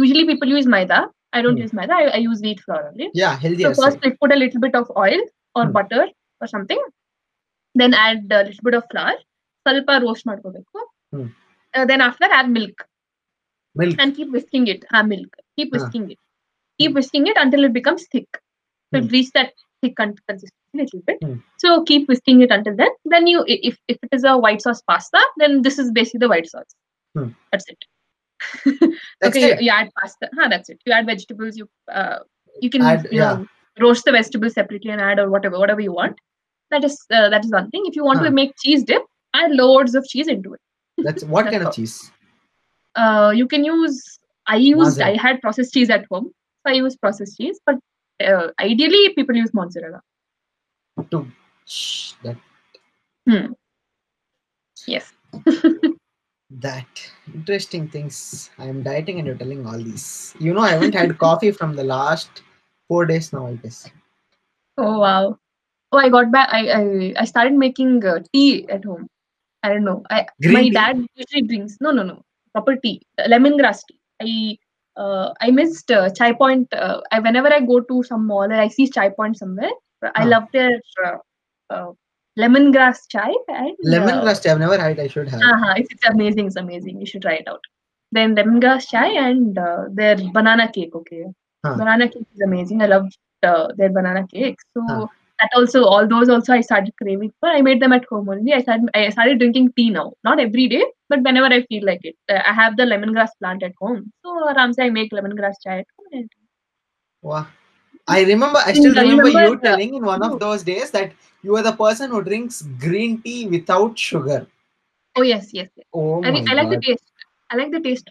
Speaker 2: usually people use maida I don't
Speaker 1: hmm.
Speaker 2: Use maida I use wheat flour ಅಲ್ಲಿ
Speaker 1: yeah healthy
Speaker 2: So first, I put a little bit of oil or
Speaker 1: Hmm.
Speaker 2: butter or something. Then add a little bit of flour. ಸ್ವಲ್ಪ roast ಮಾಡ್ಕೋಬೇಕು.
Speaker 1: Hmm.
Speaker 2: Uh, then after that, add milk
Speaker 1: milk
Speaker 2: and keep whisking it. Ah, milk. Keep
Speaker 1: Ah.
Speaker 2: whisking it. Keep whisking it until it becomes thick. So it
Speaker 1: Hmm.
Speaker 2: reach that thick con- consistency a little bit.
Speaker 1: Hmm.
Speaker 2: So keep whisking it until then. Then you, i- if if it is a white sauce pasta, then this is basically the white sauce.
Speaker 1: Hmm.
Speaker 2: That's it. okay, you- you add pasta. Huh, that's it. You add vegetables. You uh, you can
Speaker 1: Add-
Speaker 2: you
Speaker 1: yeah.
Speaker 2: know, roast the vegetables separately and add or whatever whatever you want. That is uh, that is one thing. If you want to
Speaker 1: Huh.
Speaker 2: make cheese dip, add loads of cheese into it.
Speaker 1: That's what
Speaker 2: That's
Speaker 1: kind of
Speaker 2: all.
Speaker 1: cheese?
Speaker 2: Uh, you can use. I used.
Speaker 1: Mozzarella.
Speaker 2: I had processed cheese at home, so I use processed cheese. But uh, ideally, people use mozzarella.
Speaker 1: Shh, that
Speaker 2: Yes.
Speaker 1: that interesting things. I am dieting and you're telling all these. You know, I haven't had coffee from the last four days now. I guess.
Speaker 2: Oh wow. Oh, I got back. I I, I started making uh, tea at home. I don't know. I
Speaker 1: Green
Speaker 2: my
Speaker 1: tea?
Speaker 2: dad usually drinks no no no proper tea uh, lemongrass tea. I uh, I missed uh, chai point. Uh, I whenever I go to some mall and I see chai point somewhere, uh, I
Speaker 1: Huh.
Speaker 2: love their uh, uh, lemongrass chai and
Speaker 1: Lemongrass. tea I've never had. I should have.
Speaker 2: Uh, uh it's, it's amazing. It's amazing. You should try it out. Then lemongrass chai and uh, their banana cake. Okay,
Speaker 1: Huh.
Speaker 2: Banana cake is amazing. I loved uh, their banana cake. So
Speaker 1: Huh.
Speaker 2: that also, all those also I started craving for. I made them at home only. I started, I started drinking tea now. Not every day, but whenever I feel like it. Uh, I have the lemongrass plant at home. So Ramsay, I make lemongrass chai at home. and-
Speaker 1: Wow. I remember, I still
Speaker 2: I
Speaker 1: remember, you
Speaker 2: remember- Oh.
Speaker 1: telling in one of those days that you are the person who drinks green tea without sugar.
Speaker 2: Oh, yes, yes. yes.
Speaker 1: Oh
Speaker 2: I,
Speaker 1: my
Speaker 2: re- I like the
Speaker 1: god.
Speaker 2: taste. I like the taste.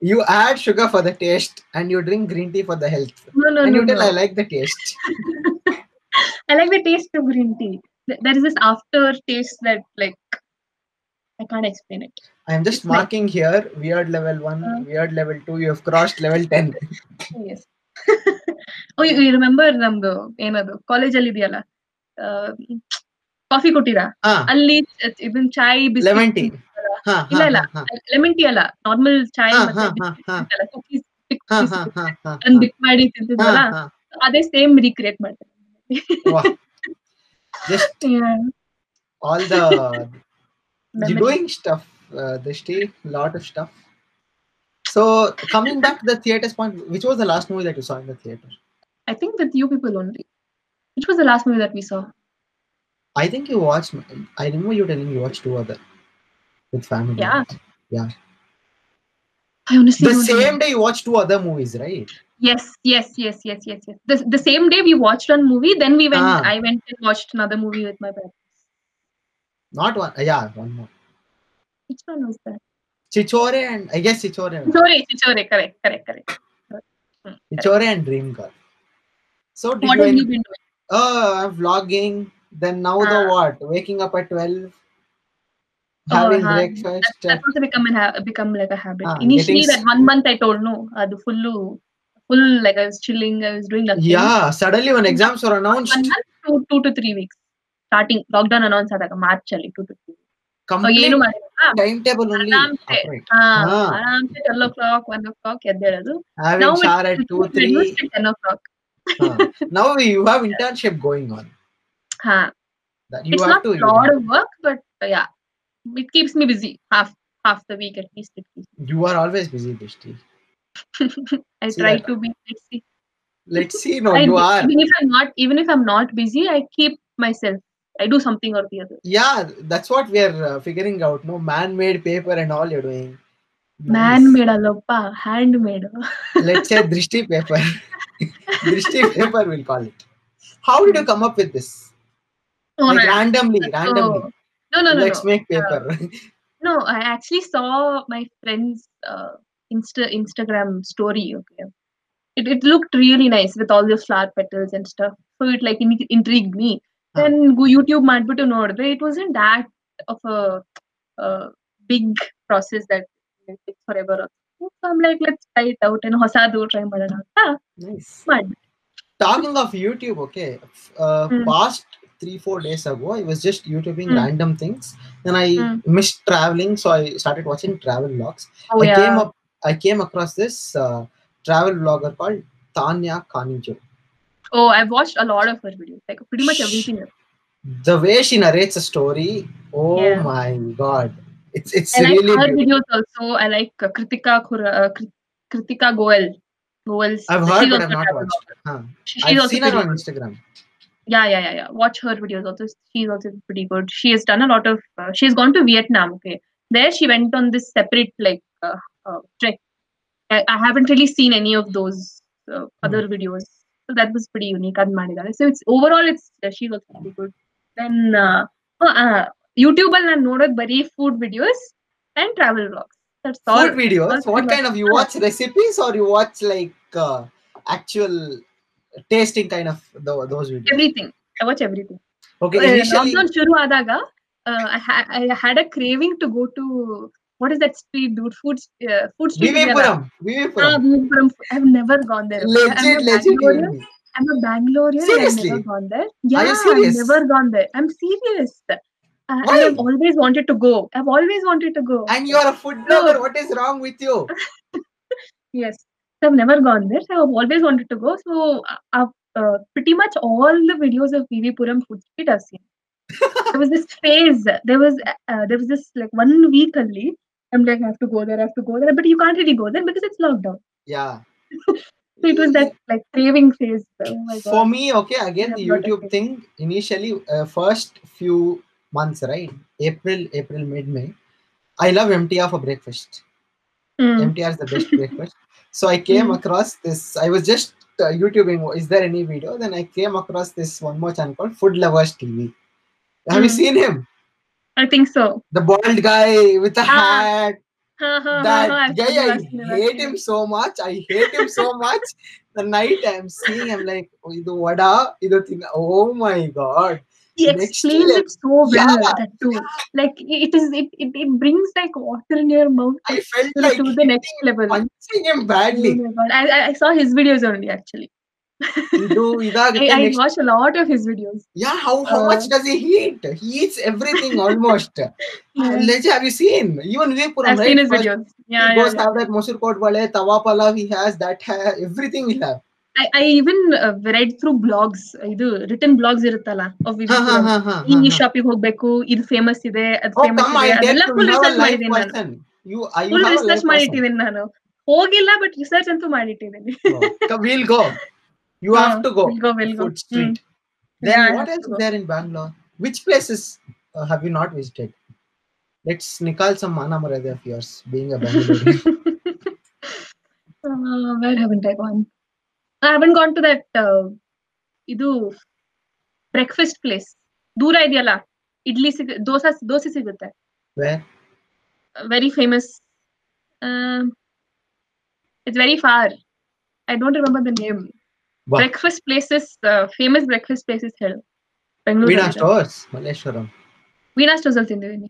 Speaker 1: You add sugar for the taste and you drink green tea for the health.
Speaker 2: No, no,
Speaker 1: and
Speaker 2: no.
Speaker 1: you tell
Speaker 2: no.
Speaker 1: I like the taste.
Speaker 2: I like the taste of green tea. Th- There is this aftertaste that, like, I can't explain it.
Speaker 1: I'm just
Speaker 2: It's like-
Speaker 1: marking here weird level one,
Speaker 2: Uh.
Speaker 1: weird level two. You have crossed level 10.
Speaker 2: Oh, Yes. oh, you, you remember ನಮ್ದು ಏನದು college ಅಲ್ಲಿ ಇದೆಯಲ್ಲ coffee ಕೊಟ್ಟಿರ
Speaker 1: Ah,
Speaker 2: ಅಲ್ಲಿ ಅದ್- ಇದನ್ ಚಾಯ್
Speaker 1: lemon tea. Ha,
Speaker 2: ಇಲ್ಲ, ಇಲ್ಲ.
Speaker 1: ha, ha,
Speaker 2: lemon tea ಅಲ್ಲ ನಾರ್ಮಲ್ ಚಾಯ್
Speaker 1: ಹಾ, ಹಾ, ಹಾ, ಹಾ.
Speaker 2: ಮತ್ತೆ cookies
Speaker 1: ha, ha, ha, ha,
Speaker 2: ಅದನ್ನ ಬಿಕ್ ಮಾಡಿ
Speaker 1: ha,
Speaker 2: ತಿಂತಿದ್ವಲ್ಲ
Speaker 1: ha.
Speaker 2: ಅದೇ ಸೇಮ್ ರೀಕ್ರಿಯೇಟ್ ಮಾಡ್ತಾರೆ
Speaker 1: Just
Speaker 2: Yeah,
Speaker 1: all the you're
Speaker 2: memory.
Speaker 1: doing stuff, uh, Drishti, lot of stuff. So coming back to the theatre's point, which was the last movie that you saw in the theater?
Speaker 2: I think with you people only. Which was the last movie that we saw?
Speaker 1: I think you watched. I remember you telling me you watched two other with family.
Speaker 2: Yeah.
Speaker 1: Yeah.
Speaker 2: I honestly
Speaker 1: The
Speaker 2: don't remember.
Speaker 1: same day you watched two other movies, right?
Speaker 2: Yes, yes, yes, yes, yes, yes. The, the same day we watched one movie, then we went.
Speaker 1: Ah.
Speaker 2: I went and watched another movie with my parents.
Speaker 1: Not one. uh, Yeah, one more.
Speaker 2: Which one was that?
Speaker 1: Chichore and I guess Chichore.
Speaker 2: Chichore, Chichore, correct, correct, correct.
Speaker 1: Chichore and Dream Girl. So did
Speaker 2: What
Speaker 1: you?
Speaker 2: have you
Speaker 1: en-
Speaker 2: been doing?
Speaker 1: Uh, vlogging. Then now the
Speaker 2: Ah.
Speaker 1: what? Waking up at twelve.
Speaker 2: Oh,
Speaker 1: Having
Speaker 2: huh.
Speaker 1: breakfast.
Speaker 2: That- That's also become a ha- become like a habit.
Speaker 1: Ah,
Speaker 2: Initially,
Speaker 1: getting
Speaker 2: that one month I told no, uh, the full, full like I was chilling, I was doing nothing.
Speaker 1: yeah. Suddenly when exams were announced,
Speaker 2: One month, two, two to three weeks. Starting lockdown announced ಆದಾಗ March ಅಲ್ಲಿ two to three. weeks. So
Speaker 1: complete
Speaker 2: ಏನು ಮಾಡಿಲ್ಲ.
Speaker 1: time table only
Speaker 2: Alarm set.
Speaker 1: upright.
Speaker 2: ಹಾ,
Speaker 1: Ah.
Speaker 2: ಆರಾಮ್ಸೆ twelve o'clock, one o'clock ಎದ್ದೇಳೋದು.
Speaker 1: having
Speaker 2: Now it's
Speaker 1: shower at two three
Speaker 2: reduced to ten o'clock.
Speaker 1: huh. now we- you have internship going on
Speaker 2: ಹಾ.
Speaker 1: that you
Speaker 2: it's
Speaker 1: have
Speaker 2: not
Speaker 1: to
Speaker 2: a
Speaker 1: you
Speaker 2: lot
Speaker 1: know,
Speaker 2: of work, but uh, yeah, it keeps me busy half half the week at least. It keeps
Speaker 1: you are always busy Dishti.
Speaker 2: I
Speaker 1: See,
Speaker 2: try
Speaker 1: I-
Speaker 2: to be. Let's see.
Speaker 1: let's see no
Speaker 2: I
Speaker 1: you
Speaker 2: do-
Speaker 1: are
Speaker 2: Even if I'm not, even if I'm not busy, I keep myself. I do something or the other.
Speaker 1: yeah that's what we are uh, figuring out no man-made paper and all you're doing Nice.
Speaker 2: Man-made aloppa, handmade.
Speaker 1: let's say drishti paper drishti paper we'll call it how did you come up with this
Speaker 2: Oh,
Speaker 1: like
Speaker 2: I-
Speaker 1: randomly randomly
Speaker 2: so- no, no, no,
Speaker 1: let's
Speaker 2: no.
Speaker 1: make paper
Speaker 2: No, I actually saw my friend's uh, Insta Instagram story. Okay, it it looked really nice with all the flower petals and stuff. So it like in- intrigued me.
Speaker 1: Huh.
Speaker 2: Then go YouTube ಮಾಡ್ಬಿಟ್ಟು ನೋಡಿದ್ರೆ it wasn't that of a uh, big process that will take forever. or something. So I'm like, let's try it out and ಹೊಸಾದು try Ah, ಮಾಡೋಣ ಅಂತ
Speaker 1: nice
Speaker 2: ಮಾಡ್ದೆ.
Speaker 1: talking of youtube okay f- uh,
Speaker 2: Mm.
Speaker 1: past three four days ago i was just youtubing
Speaker 2: Mm.
Speaker 1: random things then i
Speaker 2: Mm.
Speaker 1: missed traveling so i started watching travel vlogs
Speaker 2: Oh
Speaker 1: i came
Speaker 2: yeah.
Speaker 1: up i came across this uh, travel vlogger called tanya Kaniju.
Speaker 2: Oh, I've watched a lot of her videos, like pretty much everything.
Speaker 1: the way she narrates a story oh
Speaker 2: Yeah.
Speaker 1: my god it's it's
Speaker 2: I like
Speaker 1: really
Speaker 2: her
Speaker 1: beautiful.
Speaker 2: videos also. I like uh, Kritika Khura, uh, Krit- Kritika Goel. Goel's.
Speaker 1: i've heard
Speaker 2: she's
Speaker 1: but
Speaker 2: also
Speaker 1: i've not
Speaker 2: travel
Speaker 1: watched
Speaker 2: blogger.
Speaker 1: huh.
Speaker 2: She, she's
Speaker 1: i've
Speaker 2: also
Speaker 1: seen her
Speaker 2: pretty
Speaker 1: on
Speaker 2: good.
Speaker 1: instagram
Speaker 2: Yeah, yeah, yeah, yeah. Watch her videos also. She's also pretty good. She has done a lot of. Uh, she's gone to Vietnam. Okay, there she went on this separate like uh, uh, trek. I, I haven't really seen any of those uh, other videos, so that was pretty unique. ಅದ್ ಮಾಡಿದಾಳೆ. So it's overall, it's uh, she's also pretty good. Then uh, uh, uh, YouTube ಅಲ್ಲಿ ನಾನು ನೋಡೋದು ಬರೀ food videos and travel vlogs That's all.
Speaker 1: food videos
Speaker 2: all
Speaker 1: what
Speaker 2: pretty
Speaker 1: kind of you watch recipes or you watch like uh, actual tasting kind of tho- those videos
Speaker 2: Everything. I watch everything.
Speaker 1: okay
Speaker 2: Uh,
Speaker 1: initially
Speaker 2: lockdown ಶುರು ಆದಾಗ I had a craving to go to what is that street dude food food street
Speaker 1: vivipuram
Speaker 2: Um, Ah,
Speaker 1: vivipuram
Speaker 2: I have never gone there
Speaker 1: legit legit enemy.
Speaker 2: I'm a Bangalorean. I've
Speaker 1: Seriously?
Speaker 2: never gone there. Yeah,
Speaker 1: serious?
Speaker 2: I've never gone there. I'm serious. Uh,
Speaker 1: Why?
Speaker 2: I have always wanted to go. I've always wanted to go.
Speaker 1: and you are a food blogger what is wrong with you
Speaker 2: Yes, I've never gone there. So I've always wanted to go. So uh, I've uh, pretty much all the videos of VV Puram food street I've seen. there was this phase. There was uh, uh, there was this like one week only. I'm like I have to go there. I have to go there. But you can't really go there because it's lockdown.
Speaker 1: yeah
Speaker 2: So it was that like craving phase. Oh my god.
Speaker 1: for me okay again the
Speaker 2: Yeah, but
Speaker 1: youtube
Speaker 2: okay.
Speaker 1: thing initially uh, first few months right april april mid may i love mtr for breakfast
Speaker 2: Mm.
Speaker 1: mtr is the best breakfast so i came
Speaker 2: Mm.
Speaker 1: across this i was just uh, youtubing is there any video then i came across this one more channel called food lovers tv have you
Speaker 2: Mm.
Speaker 1: seen him
Speaker 2: I think so.
Speaker 1: the bald guy with a
Speaker 2: Ah,
Speaker 1: hat
Speaker 2: Ha, ha, ha,
Speaker 1: that
Speaker 2: ha, I've
Speaker 1: guy,
Speaker 2: seen
Speaker 1: I
Speaker 2: last name, I've
Speaker 1: hate
Speaker 2: seen
Speaker 1: him
Speaker 2: it.
Speaker 1: so much. I hate him so much. The night I'm seeing, I'm like, "Oh, idu vada, idu tina. Oh my god.
Speaker 2: He
Speaker 1: Next
Speaker 2: explains
Speaker 1: level.
Speaker 2: it so well.
Speaker 1: Yeah.
Speaker 2: That too. Like it is. It, it it brings like water in your mouth
Speaker 1: I felt
Speaker 2: to,
Speaker 1: like
Speaker 2: to the next level.
Speaker 1: punching him
Speaker 2: Oh
Speaker 1: badly.
Speaker 2: my god! I, I I saw his videos only actually.
Speaker 1: Idu,
Speaker 2: Hmm. I, Uh.
Speaker 1: idaಗುತ್ತೆ
Speaker 2: I
Speaker 1: next.
Speaker 2: watch a lot of his videos.
Speaker 1: Yeah, how, how much does he eat? He eats everything almost.
Speaker 2: Yeah.
Speaker 1: Legit, have you seen? Even Vipuram,
Speaker 2: I've seen his
Speaker 1: First,
Speaker 2: videos.
Speaker 1: He
Speaker 2: Yeah, yeah,
Speaker 1: goes
Speaker 2: yeah.
Speaker 1: have that Mosur Kot Vale, Tawa Palav, he has that, ha- everything we have.
Speaker 2: I, I even uh, read through blogs. ಇದು written blogs ಇರುತ್ತಲ್ಲ of
Speaker 1: Ha, ha,
Speaker 2: Vipul.
Speaker 1: ha, ha,
Speaker 2: ಈ
Speaker 1: ha,
Speaker 2: ಈ
Speaker 1: ha.
Speaker 2: ಶಾಪಿಗೆ ಹೋಗ್ಬೇಕು ಇದು famous ಇದೆ ಅದು
Speaker 1: Oh,
Speaker 2: famous
Speaker 1: come,
Speaker 2: ಇದೆ
Speaker 1: I dare
Speaker 2: ಅದೆಲ್ಲ
Speaker 1: to
Speaker 2: full
Speaker 1: have a
Speaker 2: research
Speaker 1: live
Speaker 2: ಮಾಡಿದ್ದೀನಿ ನಾನು
Speaker 1: person. You, I, you
Speaker 2: full
Speaker 1: have a live
Speaker 2: research
Speaker 1: person.
Speaker 2: ಮಾಡಿಟ್ಟಿದ್ದೀನಿ ನಾನು ಹೋಗಿಲ್ಲ ಬಟ್ ರಿಸರ್ಚ್ ಅಂತೂ ಮಾಡಿಟ್ಟಿದ್ದೀನಿ
Speaker 1: So, come, we'll go. You have to go.
Speaker 2: Oh, We'll go, we'll
Speaker 1: to
Speaker 2: go. Hmm.
Speaker 1: Food Street. Then
Speaker 2: Yeah, I
Speaker 1: what
Speaker 2: have
Speaker 1: else
Speaker 2: to
Speaker 1: is
Speaker 2: go.
Speaker 1: there in Bangalore? Which places uh, have you not visited? Let's nikal some mana maradi of yours, being a Bangalore.
Speaker 2: Uh, where haven't I gone? I haven't gone to that uh, ಇದು breakfast place ದೂರ ಇದೆಯಲ್ಲ ಇಡ್ಲಿ ಸಿಗ ದೋಸೆ ದೋಸೆ ಸಿಗುತ್ತೆ
Speaker 1: Where?
Speaker 2: Very famous Um, it's very far I don't remember the name
Speaker 1: Wow.
Speaker 2: Breakfast places famous breakfast places ಹೇಳು
Speaker 1: Veena
Speaker 2: Bengaluru
Speaker 1: stores, Malleshwaram.
Speaker 2: Veena stores ಅಲ್ಲಿ ತಿಂದಿದ್ದೀನಿ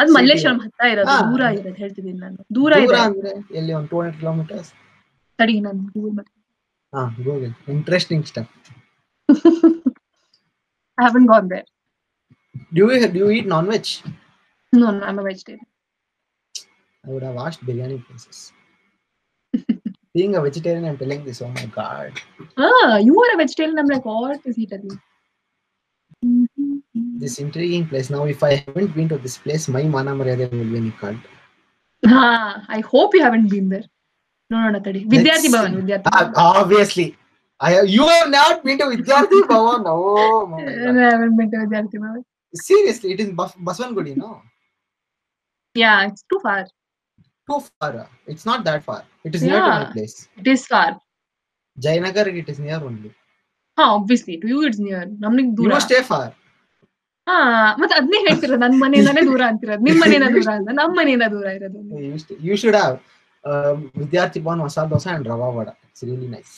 Speaker 2: ಅದು
Speaker 1: ಸಿಹಿ.
Speaker 2: ಮಲ್ಲೇಶ್ವರಂ ಹತ್ರ ಇರೋದು
Speaker 1: ಹಾ.
Speaker 2: ದೂರ ಇರೋದು ಹೇಳ್ತಿದ್ದೀನಿ ನಾನು ದೂರ
Speaker 1: Dura
Speaker 2: ಇದೆ
Speaker 1: ಅಂದ್ರೆ ಎಲ್ಲಿ ಒಂದು ಟೂ ಹಂಡ್ರೆಡ್ ಕಿಲೋಮೀಟರ್ಸ್
Speaker 2: ತಡಿ ನಾನು Google ಮಾಡ್ತೀನಿ.
Speaker 1: ಹಾ Google interesting stuff
Speaker 2: I haven't gone there.
Speaker 1: Do you do you eat non veg
Speaker 2: No, no, I'm a vegetarian.
Speaker 1: I would have vast biryani places being a vegetarian I am telling this oh my god
Speaker 2: Ah, you are a vegetarian. I'm like, what is he telling? me?
Speaker 1: this intriguing place. Now, if I haven't been to this place, my mana mariyada will be nikalled.
Speaker 2: Ah, I hope you haven't been there. No, no, no, tadi. Vidyarthi
Speaker 1: Let's
Speaker 2: Bhavan,
Speaker 1: see.
Speaker 2: Vidyarthi
Speaker 1: Ah,
Speaker 2: Bhavan.
Speaker 1: obviously, I you have not been to Vidyarthi Bhavan. Oh my
Speaker 2: Uh,
Speaker 1: God.
Speaker 2: no, I haven't been to Vidyarthi Bhavan.
Speaker 1: Seriously, it is Bas- Baswangudi, no?
Speaker 2: Yeah, it's too far.
Speaker 1: Too far. It's not that far. It is near to my
Speaker 2: Yeah.
Speaker 1: place.
Speaker 2: It is far.
Speaker 1: Jayanagar, it is near only.
Speaker 2: Huh, obviously. To you, it's near. ನಮ್ಗೆ
Speaker 1: You
Speaker 2: ದೂರ
Speaker 1: must stay far.
Speaker 2: ಹಾ ಮತ್ತೆ ಅದನ್ನೇ ಹೇಳ್ತಿರೋದು ನನ್ ಮನೆಯಿಂದಾನೇ ದೂರ ಅಂತಿರೋದು ನಿಮ್ ಮನೆಯಿಂದ ದೂರ ಅಲ್ಲ ನಮ್ಮ ಮನೆಯಿಂದ ದೂರ ಇರೋದು
Speaker 1: You, used- you should have um, Vidyarthi Bhavan, Masala Dosa, and Rava Vada. It's really nice.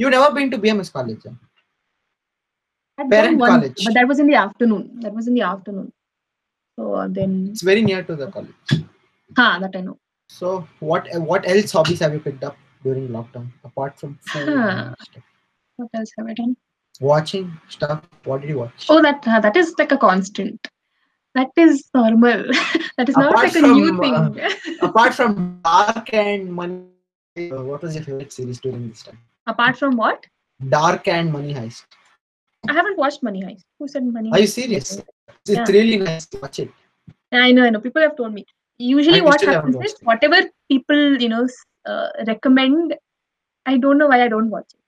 Speaker 1: You've never been to BMS college. huh?
Speaker 2: I'd
Speaker 1: Parent
Speaker 2: gone once,
Speaker 1: college.
Speaker 2: But that was in the afternoon. That was in the afternoon. So uh, then,
Speaker 1: It's very near to the college.
Speaker 2: ha, that I know.
Speaker 1: So, what what else hobbies have you picked up during lockdown apart from food and stuff?
Speaker 2: What else have I done?
Speaker 1: watching stuff? What did you watch?
Speaker 2: Oh, that uh, that is like a constant. That is normal. that is not
Speaker 1: Apart
Speaker 2: like a new
Speaker 1: from,
Speaker 2: thing.
Speaker 1: uh, Apart from Dark and Money, uh, what was your favorite series during this time?
Speaker 2: Apart from what?
Speaker 1: Dark and Money Heist.
Speaker 2: I haven't watched Money Heist. Who said Money
Speaker 1: Are you
Speaker 2: Heist?
Speaker 1: serious? It's
Speaker 2: Yeah.
Speaker 1: really nice. to Watch it.
Speaker 2: I know, I know. People have told me. Usually,
Speaker 1: I
Speaker 2: what
Speaker 1: still haven't
Speaker 2: happens is
Speaker 1: watched it.
Speaker 2: whatever people you know s- uh, recommend. I don't know why I don't watch it.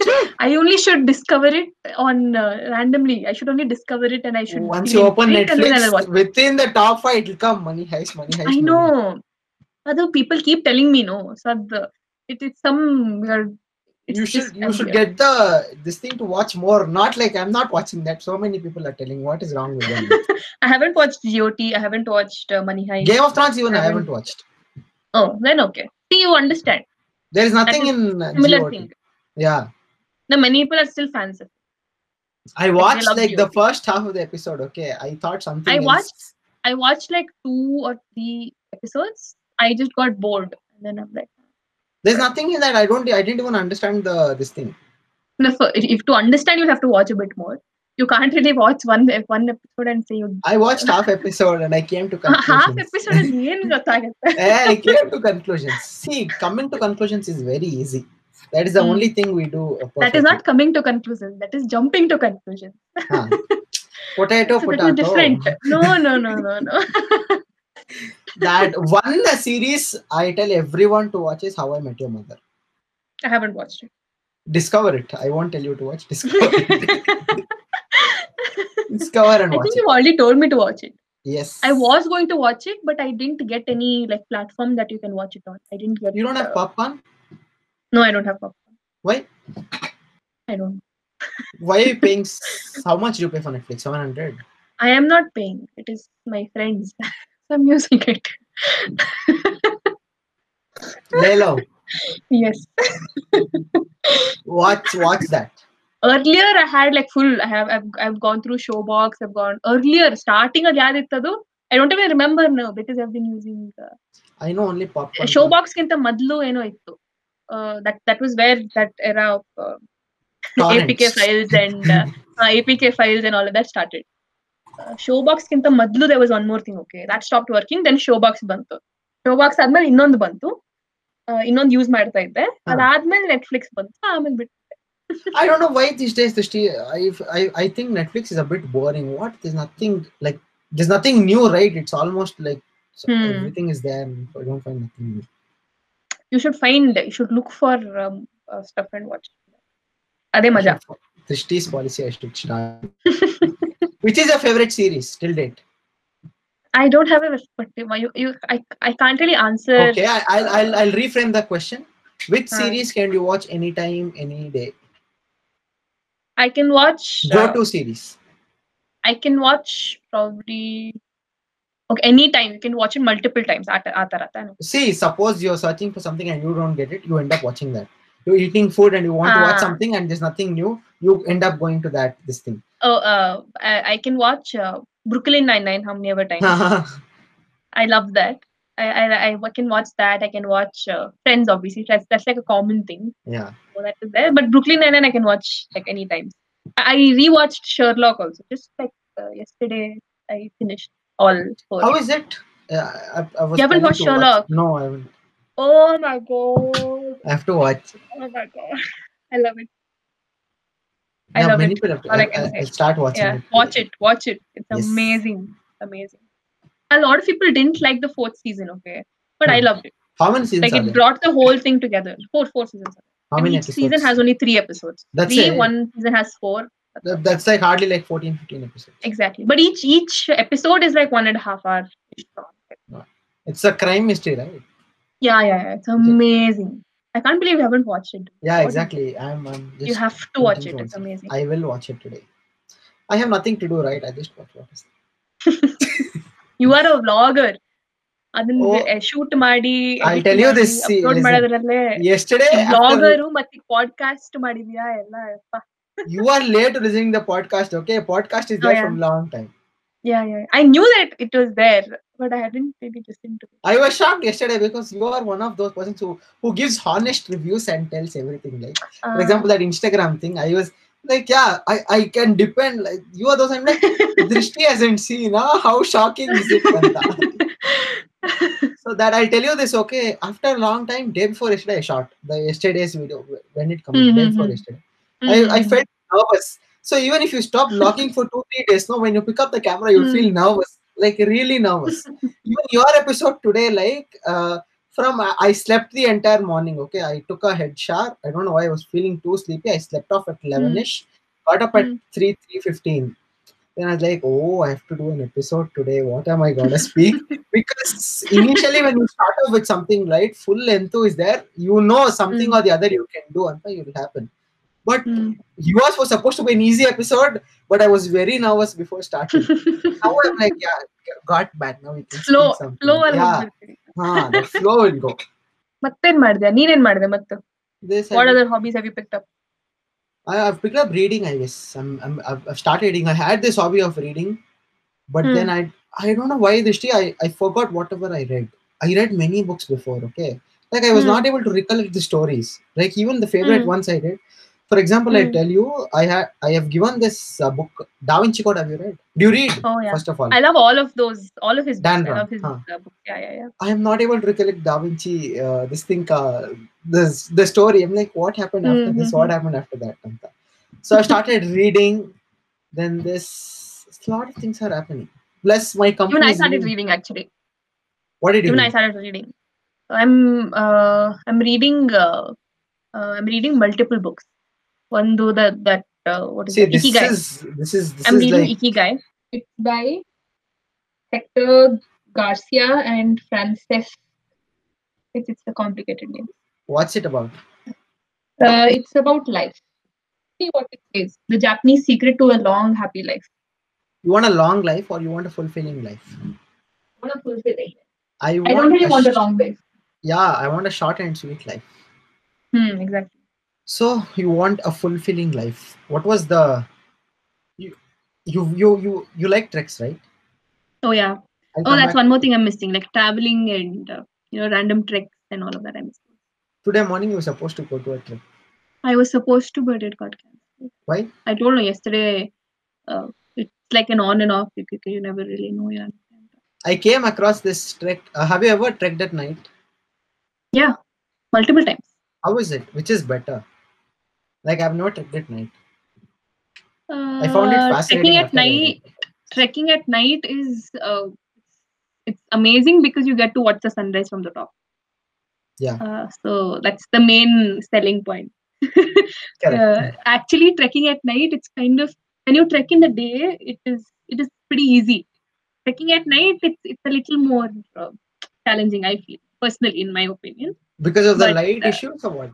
Speaker 2: I only should discover it on uh, randomly. I should only discover it, and I should
Speaker 1: Once
Speaker 2: feel
Speaker 1: you open
Speaker 2: intrigued and then I'll watch
Speaker 1: Netflix, within the top five, it'll come Money Heist, Money Heist.
Speaker 2: I
Speaker 1: Money Heist.
Speaker 2: know. Although people keep telling me no, so the, it is some weird. It's
Speaker 1: You should
Speaker 2: just
Speaker 1: you
Speaker 2: some
Speaker 1: should get
Speaker 2: weird-
Speaker 1: the this thing to watch more. Not like I'm not watching that. So many people are telling what is wrong with them.
Speaker 2: I haven't watched GOT. I haven't watched uh, Money Heist.
Speaker 1: Game of Thrones even I
Speaker 2: Haven't-
Speaker 1: haven't watched.
Speaker 2: Oh, then okay. See, you understand.
Speaker 1: There is nothing
Speaker 2: is
Speaker 1: in uh,
Speaker 2: Similar
Speaker 1: GOT.
Speaker 2: thing.
Speaker 1: Yeah.
Speaker 2: Now many people are still fans of.
Speaker 1: I watched
Speaker 2: love
Speaker 1: like the
Speaker 2: GOT.
Speaker 1: first half of the episode. Okay, I thought something.
Speaker 2: I
Speaker 1: else.
Speaker 2: watched- I watched like two or three episodes. I just got bored, and then I'm like,
Speaker 1: There's nothing in that I don't. I didn't even understand the this thing.
Speaker 2: no. So if, if to understand, you have to watch a bit more. You can't really watch one one episode and say you.
Speaker 1: I watched half episode and I came to conclusions.
Speaker 2: Half episode is ಏನು ಗೊತ್ತಾಗುತ್ತೆ
Speaker 1: Eh, I came to conclusions. See, coming to conclusions is very easy. That is the
Speaker 2: Hmm.
Speaker 1: only thing we do. uh,
Speaker 2: that is
Speaker 1: perfectly.
Speaker 2: not coming to conclusions that is jumping to conclusions
Speaker 1: Huh. Potato,
Speaker 2: so that
Speaker 1: potato.
Speaker 2: is different no no no no no
Speaker 1: That one series I tell everyone to watch is How I Met Your Mother.
Speaker 2: I haven't watched it.
Speaker 1: Discover it. I won't tell you to watch. Discover it. Discover and
Speaker 2: I
Speaker 1: watch it.
Speaker 2: think you already told me to watch it.
Speaker 1: Yes.
Speaker 2: I was going to watch it, but I didn't get any like platform that you can watch it on. I didn't get.
Speaker 1: You don't have
Speaker 2: uh,
Speaker 1: popcorn?
Speaker 2: No, I don't have popcorn.
Speaker 1: Why?
Speaker 2: I don't.
Speaker 1: Why are you paying? s- How much do you pay for Netflix? 700.
Speaker 2: I am not paying. It is my friends. so I'm using it.
Speaker 1: Lelo,
Speaker 2: Yes.
Speaker 1: watch watch that.
Speaker 2: earlier i had like full i have i've, I've gone through showbox i've gone earlier starting ಅಲ್ಲಿ ಯಾವ್ದಿತ್ತದು I don't even remember now because i've been using uh,
Speaker 1: I know only popcorn.
Speaker 2: showbox ಗಿಂತ ಮೊದಲು ಏನೋ ಇತ್ತು Uh, that that was where that era of uh,
Speaker 1: Torrents.
Speaker 2: apk files and uh, uh, apk files and all of that started uh, showbox ಗಿಂತ ಮೊದಲು there was one more thing okay that stopped working then showbox ಬಂತು showbox ಆದ್ಮೇಲೆ ಇನ್ನೊಂದು ಬಂತು uh, ಇನ್ನೊಂದು use ಮಾಡ್ತಾ ಇದ್ದೆ ಅದಾದ್ಮೇಲೆ ನೆಟ್ಫ್ಲಿಕ್ಸ್ ಬಂತು ಆಮೇಲೆ ಬಿಟ್ಟು
Speaker 1: I don't know why these days, Drishti, I, I I think Netflix is a bit boring. What? There's nothing like there's nothing new, right? It's almost like so
Speaker 2: Hmm.
Speaker 1: everything is there. And I don't find nothing new.
Speaker 2: you should find you should look for um, uh, stuff and watch ಅದೇ ಮಜಾ
Speaker 1: Drishti's policy I should start. Which is your favorite series till date?
Speaker 2: I don't have a perspective I can't really answer
Speaker 1: Okay, I, I'll, I'll I'll reframe the question. Which
Speaker 2: Huh.
Speaker 1: series can you watch anytime, any day?
Speaker 2: I can watch
Speaker 1: Go to series.
Speaker 2: I can watch probably okay any time you can watch it multiple times ಆ ತರ ತಾನು
Speaker 1: See, suppose you're searching for something and you don't get it, you end up watching that. You're eating food and you want to watch
Speaker 2: Ah.
Speaker 1: something and there's nothing new, you end up going to that this thing.
Speaker 2: Oh, uh, I can watch Brooklyn nine nine hmm never time I love that. I, I I can watch that. I can watch uh, Friends, obviously. That's that's like a common thing.
Speaker 1: Yeah.
Speaker 2: So that is there. But Brooklyn Nine Nine I can watch like any time. I I rewatched Sherlock also. Just like uh, yesterday, I finished all four.
Speaker 1: How is it? Uh, I, I was
Speaker 2: You haven't
Speaker 1: planning
Speaker 2: watched
Speaker 1: to watch-
Speaker 2: Sherlock?
Speaker 1: No, I haven't.
Speaker 2: oh my god!
Speaker 1: I have to watch.
Speaker 2: Oh my god! I love it. I
Speaker 1: Yeah,
Speaker 2: love
Speaker 1: many
Speaker 2: it.
Speaker 1: people have to.
Speaker 2: All I
Speaker 1: I,
Speaker 2: can
Speaker 1: I,
Speaker 2: say.
Speaker 1: I'll start watching
Speaker 2: Yeah,
Speaker 1: it.
Speaker 2: watch it. Watch it. It's
Speaker 1: Yes.
Speaker 2: amazing. Amazing. A lot of people didn't like the fourth season. Okay, but I
Speaker 1: Hmm.
Speaker 2: loved it.
Speaker 1: How many seasons
Speaker 2: Like
Speaker 1: are
Speaker 2: it
Speaker 1: there?
Speaker 2: brought the whole thing together. Four four seasons.
Speaker 1: How
Speaker 2: and
Speaker 1: many
Speaker 2: each season
Speaker 1: episodes?
Speaker 2: has only three episodes.
Speaker 1: That's
Speaker 2: three,
Speaker 1: it.
Speaker 2: one season has four.
Speaker 1: That- That's like hardly like 14, 15 episodes.
Speaker 2: Exactly. But each each episode is like one and a half hour. each long.
Speaker 1: It's a crime mystery, right?
Speaker 2: Yeah, yeah, yeah. It's amazing. I can't believe you haven't watched it.
Speaker 1: Yeah,
Speaker 2: What-
Speaker 1: exactly. I'm. I'm just,
Speaker 2: You have to
Speaker 1: I'm
Speaker 2: watch it.
Speaker 1: thinking
Speaker 2: It's
Speaker 1: about
Speaker 2: amazing.
Speaker 1: I will watch it today. I have nothing to do, right? I just watch what is.
Speaker 2: You are a vlogger. ಅದನ್ನ
Speaker 1: Oh,
Speaker 2: eh, shoot ಮಾಡಿ
Speaker 1: I'll tell you this, see,
Speaker 2: upload
Speaker 1: listen.
Speaker 2: ಮಾಡೋದ್ರಲ್ಲೇ
Speaker 1: Yesterday, after,
Speaker 2: blogger ಮತ್ತೆ podcast ಮಾಡಿದ್ಯಾ ಎಲ್ಲ
Speaker 1: you are late listening the podcast. Okay, podcast is
Speaker 2: Oh,
Speaker 1: there
Speaker 2: yeah.
Speaker 1: from long time.
Speaker 2: Yeah yeah I knew that it was there but I hadn't really listen to
Speaker 1: I was shocked yesterday because you are one of those persons who who gives honest reviews and tells everything. Like for
Speaker 2: Ah.
Speaker 1: example, that Instagram thing. I was like, yeah, I, I can depend. Like you are those. I'm like, Drishti hasn't seen. Huh? How shocking is it? Kanta?" so that I'll tell you this. Okay, after a long time, day before yesterday, I shot the yesterday's video when it comes. Day before
Speaker 2: Mhm.
Speaker 1: yesterday, I, I
Speaker 2: Mm.
Speaker 1: felt nervous. So even if you stop vlogging for two three days, no, when you pick up the camera, you will feel
Speaker 2: Mm.
Speaker 1: nervous, like really nervous. even your episode today, like uh, from I I slept the entire morning. Okay, I took a head shower. I don't know why I was feeling too sleepy. I slept off at eleven ish, got up at
Speaker 2: Mm.
Speaker 1: three three fifteen. Then I was like, oh, I have to do an episode today. What am I gonna speak? because initially, when you start off with something, right, full enthu is there. You know something
Speaker 2: Mm.
Speaker 1: or the other you can do, and it will happen. But yours was supposed to be an easy episode, but I was very nervous before starting. now I'm like, yeah, got back. Now we can speak
Speaker 2: slow
Speaker 1: something.
Speaker 2: Slow ಅಲ್ಲಿ
Speaker 1: yeah,
Speaker 2: ಹೋಗ್ಬಿಡ್ತೀನಿ
Speaker 1: huh, the flow will go.
Speaker 2: ಮತ್ತೇನ್ ಮಾಡಿದೆ ನೀನೇನ್ ಮಾಡಿದೆ ಮತ್ತೆ
Speaker 1: This
Speaker 2: what
Speaker 1: I,
Speaker 2: other hobbies have you picked up
Speaker 1: I, have picked up reading. I guess I'm, I'm I've I've started reading. I had this hobby of reading, but
Speaker 2: Hmm.
Speaker 1: then I I don't know why Drishti, I I forgot whatever I read. I read many books before. Okay, like I was
Speaker 2: Hmm.
Speaker 1: not able to recollect the stories. Like even the favorite
Speaker 2: Hmm.
Speaker 1: ones I read. For example, I
Speaker 2: Hmm.
Speaker 1: tell you, I had I have given this uh, book Da Vinci Code. Have you read? Do you read?
Speaker 2: Oh yeah.
Speaker 1: First of all,
Speaker 2: I love all of those all of his books.
Speaker 1: Dan
Speaker 2: I
Speaker 1: Brown,
Speaker 2: love his
Speaker 1: huh.
Speaker 2: uh, books. Yeah, yeah, yeah.
Speaker 1: I am not able to recollect Da Vinci, uh, this thing, uh, this, the story. I'm like, what happened after this?
Speaker 2: Mm-hmm.
Speaker 1: What happened after that? Anta? So I started reading. Then this a lot of things are happening. Plus, my company.
Speaker 2: Even I
Speaker 1: is
Speaker 2: started
Speaker 1: new.
Speaker 2: reading actually.
Speaker 1: What did you
Speaker 2: Even I
Speaker 1: read?
Speaker 2: started reading. I'm uh I'm reading uh, uh, I'm reading multiple books. One do that that uh, what is
Speaker 1: See,
Speaker 2: it?
Speaker 1: this
Speaker 2: Ikigai.
Speaker 1: is this is this
Speaker 2: I'm
Speaker 1: is
Speaker 2: reading
Speaker 1: like
Speaker 2: Ikigai. It's by Hector Garcia and Frances. It's, it's a complicated name.
Speaker 1: what's it about?
Speaker 2: Uh, it's about life. See what it says. The Japanese secret to a long, happy life.
Speaker 1: You want a long life or you want a fulfilling life?
Speaker 2: I want a fulfilling life.
Speaker 1: I,
Speaker 2: I don't really want a
Speaker 1: sh-
Speaker 2: long life.
Speaker 1: Yeah, I want a short and sweet life.
Speaker 2: Hmm, exactly.
Speaker 1: So you want a fulfilling life. What was the you you you you, you like treks, right?
Speaker 2: Oh yeah.
Speaker 1: I'll
Speaker 2: Oh,
Speaker 1: come
Speaker 2: that's
Speaker 1: back-
Speaker 2: one more thing I'm missing, like traveling and uh, you know random treks and all of that. I'm missing.
Speaker 1: Today morning you were supposed to go to a trek.
Speaker 2: I was supposed to, but it got cancelled.
Speaker 1: Why?
Speaker 2: I don't know. Yesterday, uh, it's like an on and off. You, you, you never really know. Yeah.
Speaker 1: I came across this trek. Uh, have you ever trekked at night?
Speaker 2: Multiple times.
Speaker 1: How is it? Which is better? Like I've never trekked at night.
Speaker 2: Uh,
Speaker 1: I found it fascinating.
Speaker 2: Trekking at
Speaker 1: after I read
Speaker 2: night.
Speaker 1: it.
Speaker 2: Trekking at night is uh, it's amazing because you get to watch the sunrise from the top.
Speaker 1: Yeah.
Speaker 2: Uh, so that's the main selling point.
Speaker 1: Correct.
Speaker 2: uh, actually trekking at night it's kind of when you trek in the day it is it is pretty easy trekking at night it's, it's a little more uh, challenging i feel personally in my opinion
Speaker 1: because of the
Speaker 2: but,
Speaker 1: light
Speaker 2: uh,
Speaker 1: issues or what?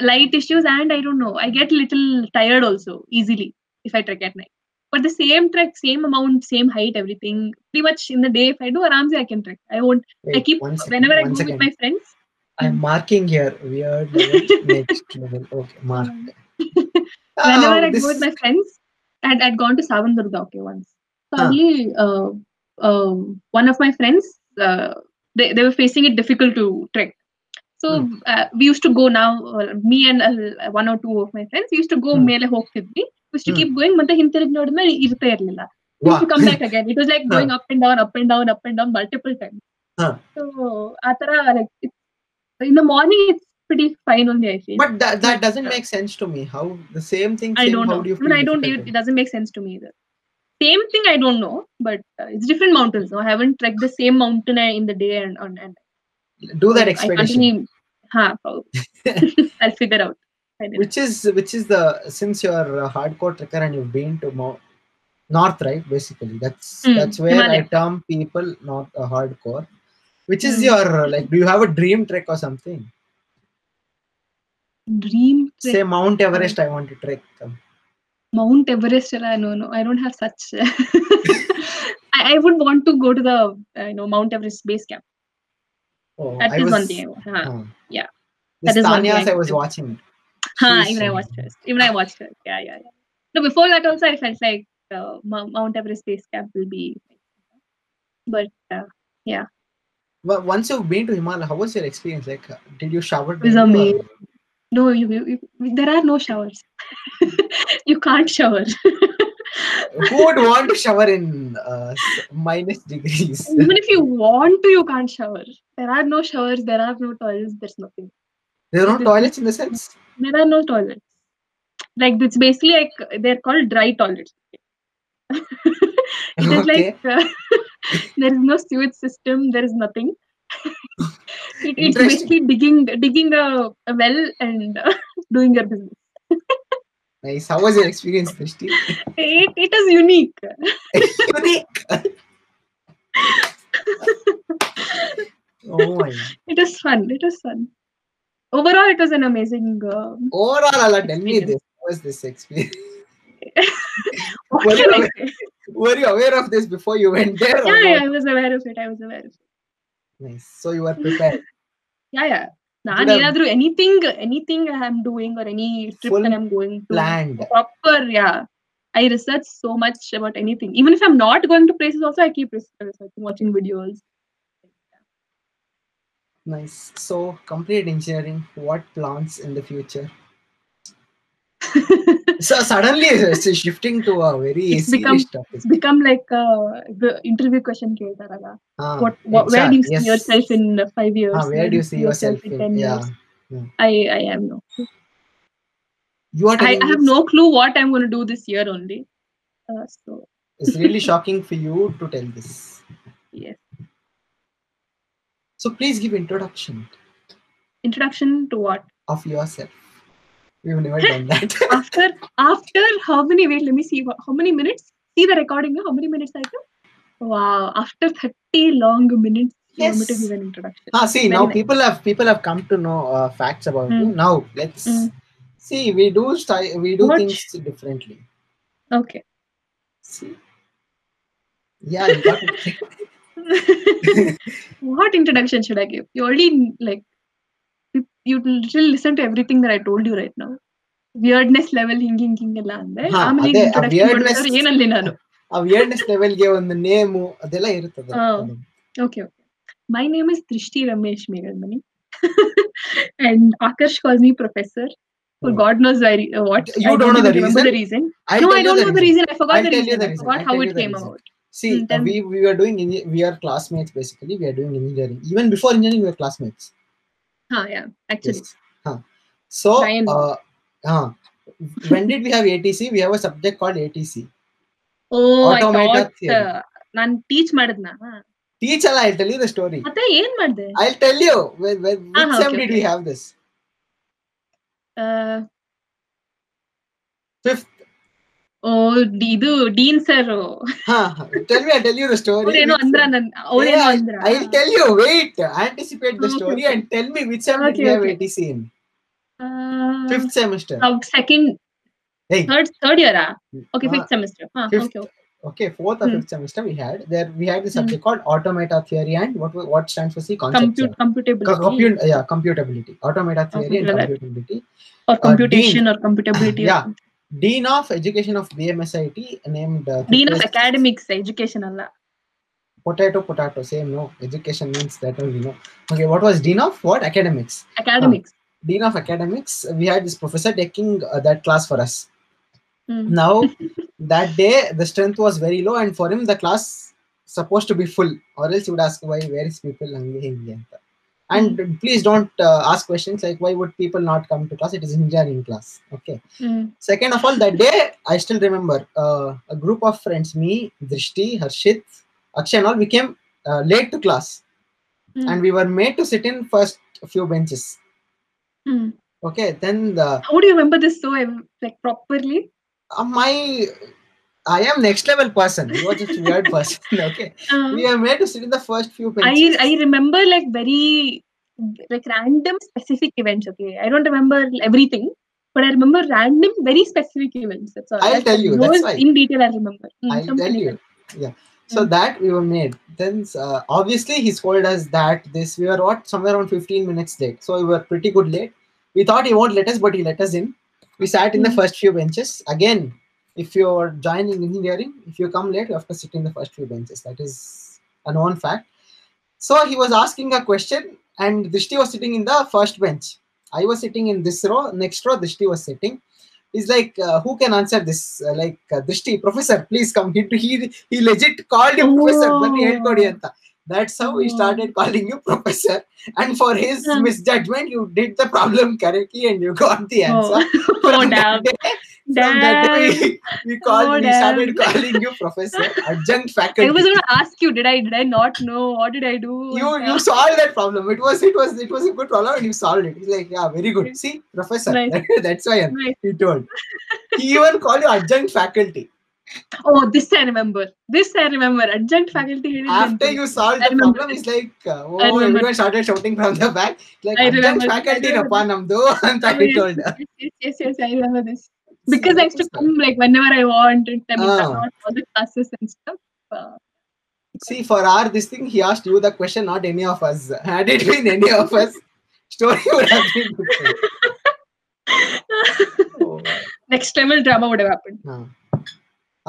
Speaker 2: light issues and i don't know i get little tired also easily if i trek at night but the same trek same amount same height everything pretty much in the day if i do aramse i can trek i won't i
Speaker 1: Wait,
Speaker 2: keep
Speaker 1: one second,
Speaker 2: whenever i
Speaker 1: one
Speaker 2: go
Speaker 1: second.
Speaker 2: with my friends
Speaker 1: I'm marking here. Weird level, next level. Okay, mark.
Speaker 2: whenever
Speaker 1: Oh,
Speaker 2: I go with
Speaker 1: this-
Speaker 2: my friends, I'd, I'd gone to Savan Durga okay, once. Suddenly, uh, um, one of my friends, uh, they, they were facing it difficult to trek. So
Speaker 1: Hmm.
Speaker 2: uh, we used to go now, uh, me and uh, one or two of my friends used to go
Speaker 1: Hmm.
Speaker 2: ಮೇಲೆ ಹೋಗ್ತಿದ್ವಿ. We used to
Speaker 1: Hmm.
Speaker 2: keep going, ಮತ್ತೆ ಹಿಂತಿರುಗಿ ನೋಡಿದ್ಮೇಲೆ ಇರ್ತೇ ಇರಲಿಲ್ಲ. We
Speaker 1: Wow.
Speaker 2: used to come back again. It was like going up and down, up and down, up and down multiple times.
Speaker 1: Huh.
Speaker 2: So ಆ ತರ like it's, in the morning it's pretty fine only I feel.
Speaker 1: But that, that
Speaker 2: But,
Speaker 1: doesn't
Speaker 2: uh,
Speaker 1: make sense to me. How the same thing?
Speaker 2: I
Speaker 1: same,
Speaker 2: don't
Speaker 1: how
Speaker 2: know.
Speaker 1: Do you
Speaker 2: I mean,
Speaker 1: feel
Speaker 2: I don't.
Speaker 1: difficult
Speaker 2: It, it doesn't make sense to me either. Same thing. I don't know, but uh, it's different mountains. No, I haven't trekked the same mountain I- in the day and on and.
Speaker 1: then? Do that
Speaker 2: I
Speaker 1: expedition,
Speaker 2: continue. Huh, probably. I'll figure out. Finally.
Speaker 1: which is which is the since you're a hardcore trekker and you've been to Mount North, right? Basically, that's
Speaker 2: Mm,
Speaker 1: that's where I
Speaker 2: Himalaya.
Speaker 1: term people not a hardcore. Which is
Speaker 2: Mm.
Speaker 1: your uh, like? Do you have a dream trek or something?
Speaker 2: Dream trek.
Speaker 1: Say Mount Everest. I want to trek. Um,
Speaker 2: Mount Everest. ಎಲ್ಲ? No, no. I don't have such. uh, I, I would want to go to the uh, you know Mount Everest base camp.
Speaker 1: Oh,
Speaker 2: That is
Speaker 1: I was,
Speaker 2: one thing. I want. Huh.
Speaker 1: uh,
Speaker 2: yeah.
Speaker 1: This
Speaker 2: That is one thing
Speaker 1: Tanya's
Speaker 2: I
Speaker 1: I was
Speaker 2: do.
Speaker 1: watching.
Speaker 2: Huh,
Speaker 1: She's-
Speaker 2: even I watched first. Even I watched first. Yeah, yeah, yeah. No, before that also I felt like uh, Mou- Mount Everest base camp will be, but uh,
Speaker 1: Well, once you've been to Himalaya, how was your experience? Like, uh, did you shower?
Speaker 2: was
Speaker 1: daily or-
Speaker 2: amazing. no, you, you, you, there are no showers. you can't shower.
Speaker 1: Who would want to shower in uh, s- minus degrees?
Speaker 2: even if you want to, you can't shower. There are no showers. There are no toilets. There's nothing.
Speaker 1: there are no toilets in the sense.
Speaker 2: There are no toilets. Like it's basically like they're called dry toilets. it is
Speaker 1: Okay.
Speaker 2: like uh, there is no sewage system. There is nothing. It- it's
Speaker 1: Interesting.
Speaker 2: basically digging digging a, a well and uh, doing your business.
Speaker 1: Nice. How was your experience, Drishti?
Speaker 2: It, it is unique.
Speaker 1: Unique. oh my.
Speaker 2: It is fun. It is fun. Overall, it was an amazing. Uh,
Speaker 1: Overall, Allah, tell me this. How was this experience?
Speaker 2: what
Speaker 1: Well,
Speaker 2: can I
Speaker 1: uh,
Speaker 2: say?
Speaker 1: Were you aware of this before you went there? or
Speaker 2: Yeah, yeah,
Speaker 1: not?
Speaker 2: I was aware of it. I was aware of it.
Speaker 1: Nice. So you were prepared.
Speaker 2: Yeah, yeah. ನಾನು
Speaker 1: Good, um,
Speaker 2: ಏನಾದ್ರೂ anything anything I am doing or any trip
Speaker 1: Full
Speaker 2: I am going to
Speaker 1: Planned.
Speaker 2: Proper yeah I research so much about anything even if I am not going to places also I keep researching watching videos
Speaker 1: Nice. So, complete engineering. What plans in the future? So suddenly it's shifting to a very
Speaker 2: It's become- uh,
Speaker 1: serious topic.
Speaker 2: Become like interview question ಕೇಳ್ತಾರಲ್ಲ
Speaker 1: Ah,
Speaker 2: what, what where
Speaker 1: HR,
Speaker 2: do you see
Speaker 1: yes.
Speaker 2: yourself in uh, five years?
Speaker 1: Ah, where do you see yourself
Speaker 2: in
Speaker 1: in?
Speaker 2: 10
Speaker 1: Yeah.
Speaker 2: years?
Speaker 1: Hmm.
Speaker 2: I, I am no.
Speaker 1: You are
Speaker 2: I,
Speaker 1: telling
Speaker 2: I
Speaker 1: me
Speaker 2: have no clue what I'm going to do this year only. Uh, so
Speaker 1: it's really shocking for you to tell this.
Speaker 2: yes,
Speaker 1: So please give introduction
Speaker 2: introduction to what?
Speaker 1: of yourself. We've never done that.
Speaker 2: after after how many wait let me see wha- how many minutes see the recording now, how many minutes i wow after 30 long minutes you want me to
Speaker 1: Yes.
Speaker 2: give an introduction
Speaker 1: ah, see
Speaker 2: Very
Speaker 1: now
Speaker 2: nice.
Speaker 1: people have people have come to know uh, facts about you.
Speaker 2: Mm.
Speaker 1: Now let's
Speaker 2: Mm.
Speaker 1: see. We do sty- we do
Speaker 2: What-
Speaker 1: things differently.
Speaker 2: okay
Speaker 1: See. Yeah, you got it.
Speaker 2: what introduction should i give you already like you- you literally listen to everything that i told you right now weirdness level ಹಿಂಗ್ ಹಿಂಗ್ ಹಿಂಗೆಲ್ಲ ಅಂದ್ರೆ
Speaker 1: ಹಾ,
Speaker 2: ಆಮೇಲೆ
Speaker 1: ಅದೇ, ಆ
Speaker 2: introduction
Speaker 1: weirdness-
Speaker 2: ಏನಲ್ಲಿ ನಾನು
Speaker 1: ಆ ವಿಯರ್ಡ್ನೆಸ್ ಲೆವೆಲ್ಗೆ ಒಂದು ನೇಮು ಅದೆಲ್ಲ ಇರ್ತದೆ
Speaker 2: ಹಾ. Okay, okay. My name is Trishti Ramesh Megalmani. and Akash calls me professor for
Speaker 1: Hmm.
Speaker 2: God knows why, uh, what.
Speaker 1: You
Speaker 2: I
Speaker 1: don't know
Speaker 2: even
Speaker 1: the
Speaker 2: remember
Speaker 1: reason?
Speaker 2: the reason.
Speaker 1: I'll
Speaker 2: no,
Speaker 1: tell
Speaker 2: I
Speaker 1: you
Speaker 2: don't
Speaker 1: the
Speaker 2: know the
Speaker 1: reason.
Speaker 2: reason. I forgot
Speaker 1: I'll
Speaker 2: the
Speaker 1: tell you
Speaker 2: reason.
Speaker 1: the
Speaker 2: I
Speaker 1: reason.
Speaker 2: forgot
Speaker 1: I'll
Speaker 2: how
Speaker 1: tell
Speaker 2: it
Speaker 1: you the
Speaker 2: came
Speaker 1: reason.
Speaker 2: about.
Speaker 1: See,
Speaker 2: Mm, tell
Speaker 1: we we were doing engi- we are classmates basically. We are doing engineering. Even before engineering, we were classmates.
Speaker 2: Huh, yeah, actually.
Speaker 1: Yes. Huh. So,
Speaker 2: I know.
Speaker 1: uh, huh. when did we have ATC? We have a subject called ATC.
Speaker 2: Oh, I
Speaker 1: Automata
Speaker 2: thought uh,
Speaker 1: theory.
Speaker 2: ನಾನು teach ಮಾಡಿದ್ನ
Speaker 1: Teach Allah, I'll tell you the story.
Speaker 2: ಮತ್ತೆ ಏನ್ ಮಾಡ್ದೆ
Speaker 1: I'll tell you. Where, where, which
Speaker 2: Ah,
Speaker 1: sem
Speaker 2: okay,
Speaker 1: did
Speaker 2: okay.
Speaker 1: we have this?
Speaker 2: ಆ,
Speaker 1: Fifth.
Speaker 2: Oh ಡಿ- ಇದು dean sir
Speaker 1: Huh. Tell me, I'll tell you the story.
Speaker 2: ಅವ್ರೇನೋ
Speaker 1: Which
Speaker 2: ಅಂದ್ರ
Speaker 1: sem-
Speaker 2: ನನ್ ಅವ್ರೇನೋ
Speaker 1: Yeah,
Speaker 2: ಅಂದ್ರ
Speaker 1: I'll tell you. Wait. Anticipate the
Speaker 2: Okay,
Speaker 1: story
Speaker 2: okay.
Speaker 1: and tell me which sem did
Speaker 2: Okay,
Speaker 1: we have
Speaker 2: okay. Hmm. Oh.
Speaker 1: ATC in? Fifth semester.
Speaker 2: Second
Speaker 1: Hey.
Speaker 2: Third third year Okay,
Speaker 1: Ah.
Speaker 2: fifth semester. Huh,
Speaker 1: Fifth.
Speaker 2: okay, okay.
Speaker 1: Okay, fourth or
Speaker 2: Hmm.
Speaker 1: fifth semester we had there. We had the
Speaker 2: Hmm.
Speaker 1: subject called automata theory and what what stands for C concepts.
Speaker 2: Compute, computability
Speaker 1: Co- compute, yeah, computability, automata theory and
Speaker 2: Computability.
Speaker 1: computability.
Speaker 2: or computation or computability. or
Speaker 1: uh, Yeah.
Speaker 2: something.
Speaker 1: Dean of Education of BMSIT named uh,
Speaker 2: Dean of
Speaker 1: Hitesh-
Speaker 2: academics, education ಅಲ್ಲ.
Speaker 1: Potato, potato. Same no. Education means that only no. Okay, what was Dean of what academics?
Speaker 2: Academics.
Speaker 1: Dean of academics. We had this professor taking uh, that class for us.
Speaker 2: Mm.
Speaker 1: Now that day the strength was very low, and for him the class supposed to be full, or else he would ask why where is people hungry, hungry, and stuff. And
Speaker 2: Hmm.
Speaker 1: please don't uh, ask questions like why would people not come to class? It is engineering class. Okay.
Speaker 2: Mm.
Speaker 1: Second of all, that day, I still remember uh, a group of friends, me, Drishti, Harshit, Akshay, and all, we came uh, late to class
Speaker 2: Mm.
Speaker 1: and we were made to sit in first few benches.
Speaker 2: Mm.
Speaker 1: Okay, then the,
Speaker 2: How do you remember this so ev- like properly?
Speaker 1: uh, my I am next level person. You are just weird person. Okay,
Speaker 2: Uh,
Speaker 1: we are made to sit in the first few
Speaker 2: I
Speaker 1: benches.
Speaker 2: I remember like very like random specific events. Okay, I don't remember everything, but I remember random very specific events. That's all.
Speaker 1: I'll
Speaker 2: Like,
Speaker 1: tell you, that's
Speaker 2: Those
Speaker 1: why.
Speaker 2: in detail I remember. Mm,
Speaker 1: I'll
Speaker 2: some
Speaker 1: tell you.
Speaker 2: detail.
Speaker 1: Yeah. So that we were made. Then uh, obviously he scolded us that this we were what somewhere around 15 minutes late. So we were pretty good late. We thought he won't let us, but he let us in. We sat in the
Speaker 2: Mm.
Speaker 1: first few benches. Again, if you're joining engineering, if you come late, you have to sit in the first few benches. That is a known fact. So he was asking a question, and Drishti was sitting in the first bench. I was sitting in this row. Next row, Drishti was sitting he's like uh, who can answer this uh, like uh, drishti professor please come he he, he legit called you professor ಬನ್ನಿ
Speaker 2: Oh.
Speaker 1: ಹೇಳ್ಕೊಡಿ ಅಂತ that's how he
Speaker 2: Oh.
Speaker 1: started calling you professor and for his
Speaker 2: Huh.
Speaker 1: misjudgment you did the problem correctly and you got the answer
Speaker 2: Oh, oh
Speaker 1: From that
Speaker 2: damn.
Speaker 1: day- from that day, we, we called
Speaker 2: Oh,
Speaker 1: we started
Speaker 2: damn.
Speaker 1: calling you professor adjunct
Speaker 2: I
Speaker 1: faculty
Speaker 2: was going to ask you, did I did I not know? What did I do?
Speaker 1: you
Speaker 2: And,
Speaker 1: you
Speaker 2: uh,
Speaker 1: solved that problem it was it was it was a good problem and you solved it he's like yeah very good see professor
Speaker 2: Nice.
Speaker 1: that's why I'm-
Speaker 2: Nice.
Speaker 1: he told he even called you adjunct faculty
Speaker 2: Oh, this I remember. This I remember. Adjunct faculty. ಹೇಳಿದ್ರೆ
Speaker 1: after
Speaker 2: ನೆನ್ಪಿದೆ.
Speaker 1: you solve
Speaker 2: I
Speaker 1: the
Speaker 2: remember
Speaker 1: problem,
Speaker 2: this.
Speaker 1: it's like, uh, oh,
Speaker 2: I remember
Speaker 1: everyone started shouting from the back, like,
Speaker 2: I
Speaker 1: "Adjunct
Speaker 2: remember this. I
Speaker 1: faculty,
Speaker 2: remember
Speaker 1: Rapa Namdo, and
Speaker 2: Oh,
Speaker 1: I
Speaker 2: yes,
Speaker 1: told her.
Speaker 2: yes, yes, yes, yes, I remember this. Because
Speaker 1: So
Speaker 2: I used to
Speaker 1: that was
Speaker 2: come like whenever I want and I mean,
Speaker 1: Ah.
Speaker 2: not all the classes and stuff. Uh,
Speaker 1: fun. See, for our this thing, he asked you the question, not any of us. Had it been any of us, story would have been different. Oh,
Speaker 2: next level drama would have happened.
Speaker 1: no.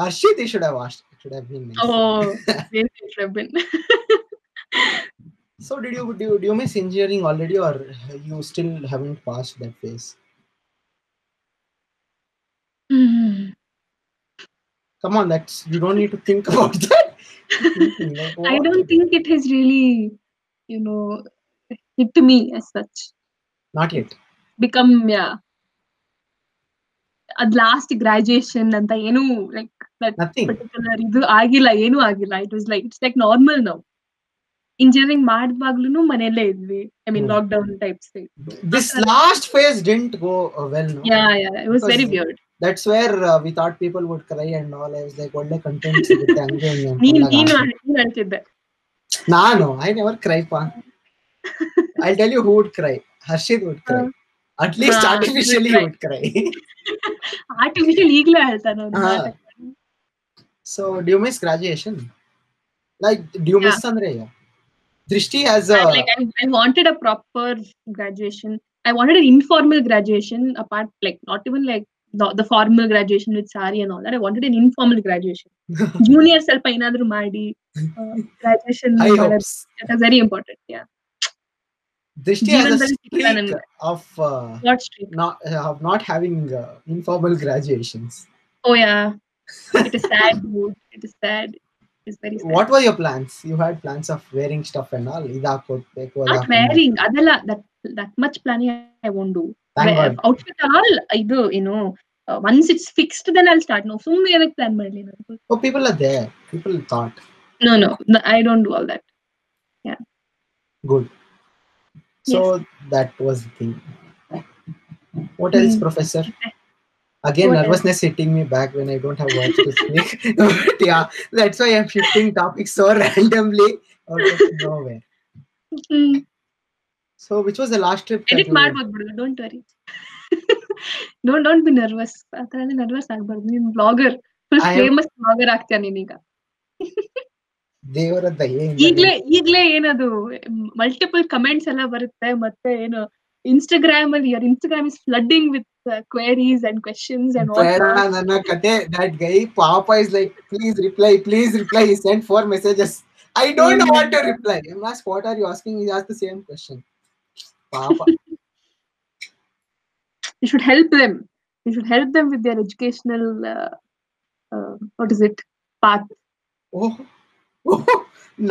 Speaker 1: Arshit, he should have asked. It should have been nice.
Speaker 2: Oh, yes, it would have been.
Speaker 1: So, did you, do you do you miss engineering already, or you still haven't passed that phase?
Speaker 2: Hmm.
Speaker 1: Come on, that's you don't need to think about that. Thinking, like,
Speaker 2: I
Speaker 1: what?
Speaker 2: don't think it has really, you know, hit me as such.
Speaker 1: not yet.
Speaker 2: become yeah ಅದ್ last graduation ಅಂತ ಏನು like
Speaker 1: Nothing.
Speaker 2: Particular ಇದು ಆಗಿಲ್ಲ ಏನು ಆಗಿಲ್ಲ it was like it's like normal ನಾವು engineering ಮಾಡಿದ್ವಾಗ್ಲೂ ಮನೆಯಲ್ಲೇ ಇದ್ವಿ I mean
Speaker 1: hmm.
Speaker 2: Lockdown types
Speaker 1: This last phase didn't go uh, well. No?
Speaker 2: Yeah yeah it was very
Speaker 1: Because-
Speaker 2: weird
Speaker 1: That's where uh, we thought people would cry and all. I was like, what the content ಸಿಗುತ್ತೆ ಹಂಗೆ ಹಿಂಗೆ ಅಂತ
Speaker 2: ನೀನ್
Speaker 1: ಎಲ್ಲ
Speaker 2: ನೀನು
Speaker 1: ಗಾಬರಿ.
Speaker 2: ನೀನ್ ಹೇಳ್ತಿದ್ದೆ
Speaker 1: Nano, I never cry, pa. I'll tell you who would cry. Harshit would cry. At least
Speaker 2: Ah,
Speaker 1: artificially
Speaker 2: he
Speaker 1: he
Speaker 2: would
Speaker 1: would cry.
Speaker 2: Artificial ಈಗ್ಲೇ ಹೇಳ್ತಾನೆ ಅವ್ನು.
Speaker 1: Ah. so, do you miss graduation? Like, do you miss Andrea? Drishti has uh,
Speaker 2: And,
Speaker 1: a.
Speaker 2: like I, I wanted a proper graduation. I wanted an informal graduation apart, like not even like the, the formal graduation with sari and all that. I wanted an informal graduation. Junior self another Madi uh, graduation.
Speaker 1: High
Speaker 2: ಮಾಡೋದು.
Speaker 1: hopes.
Speaker 2: That was very important. Yeah.
Speaker 1: Drishti has a
Speaker 2: ಜೀವನದಲ್ಲಿ ಸಿಗ್ತಾನೆ
Speaker 1: streak
Speaker 2: ನನ್ಗೆ.
Speaker 1: of uh,
Speaker 2: What streak?
Speaker 1: not uh, of not having uh, informal graduations.
Speaker 2: Oh yeah. It is sad. dude. It is sad. It's very sad.
Speaker 1: What were your plans? You had plans of wearing stuff and all. ಇದ್ ಹಾಕ್ಕೊಡ್ಬೇಕು, ಅದ್
Speaker 2: Not
Speaker 1: ಹಾಕ್ಕೊಡ್ಬೇಕು.
Speaker 2: wearing. Adala, that that much planning I, I won't do.
Speaker 1: Thank
Speaker 2: Wear-
Speaker 1: God.
Speaker 2: outfit all I do, you know. Uh, once it's fixed, then I'll start. No, soon we plan. ಮಾಡ್ಲಿ ನಾನು.
Speaker 1: Oh, people are there. People thought.
Speaker 2: no no no, i don't do all that
Speaker 1: Good. So that was the thing. What else,
Speaker 2: Hmm.
Speaker 1: Professor? Again,
Speaker 2: What else?
Speaker 1: nervousness hitting me back when I don't have words to speak. but yeah, that's why I'm shifting topics so randomly out of nowhere. So, which was the last trip? that you
Speaker 2: edit
Speaker 1: went?
Speaker 2: ಮಾಡ್ಬೋದು ಬಿಡು don't worry don't don't be nervous ಆ ತರ ಎಲ್ಲ nervous ಆಗ್ಬಾರ್ದು ನೀನ್ blogger full
Speaker 1: I am-
Speaker 2: famous blogger ಆಗ್ತೀಯ ನೀನೀಗ
Speaker 1: ದೇವರ ದಯೆಯಿಂದ
Speaker 2: ಈಗ್ಲೇ ಈಗ್ಲೇ ಏನದು ಮಲ್ಟಿಪಲ್ ಕಮೆಂಟ್ಸ್ ಎಲ್ಲ ಬರುತ್ತೆ ಮತ್ತೆ ಏನು ಇನ್ಸ್ಟಾಗ್ರಾಮ್ ಅಲ್ಲಿ your Instagram is flooding with queries and questions and
Speaker 1: ಬೇಡ ನನ್ನ ಕತೆ that guy ಪಾಪ is like please reply please reply he sent four messages I don't
Speaker 2: Hmm.
Speaker 1: know what to reply I'm asked what are you asking he asked the same question ಪಾಪ
Speaker 2: you should help them you should help them with their educational what is it path
Speaker 1: oh oh,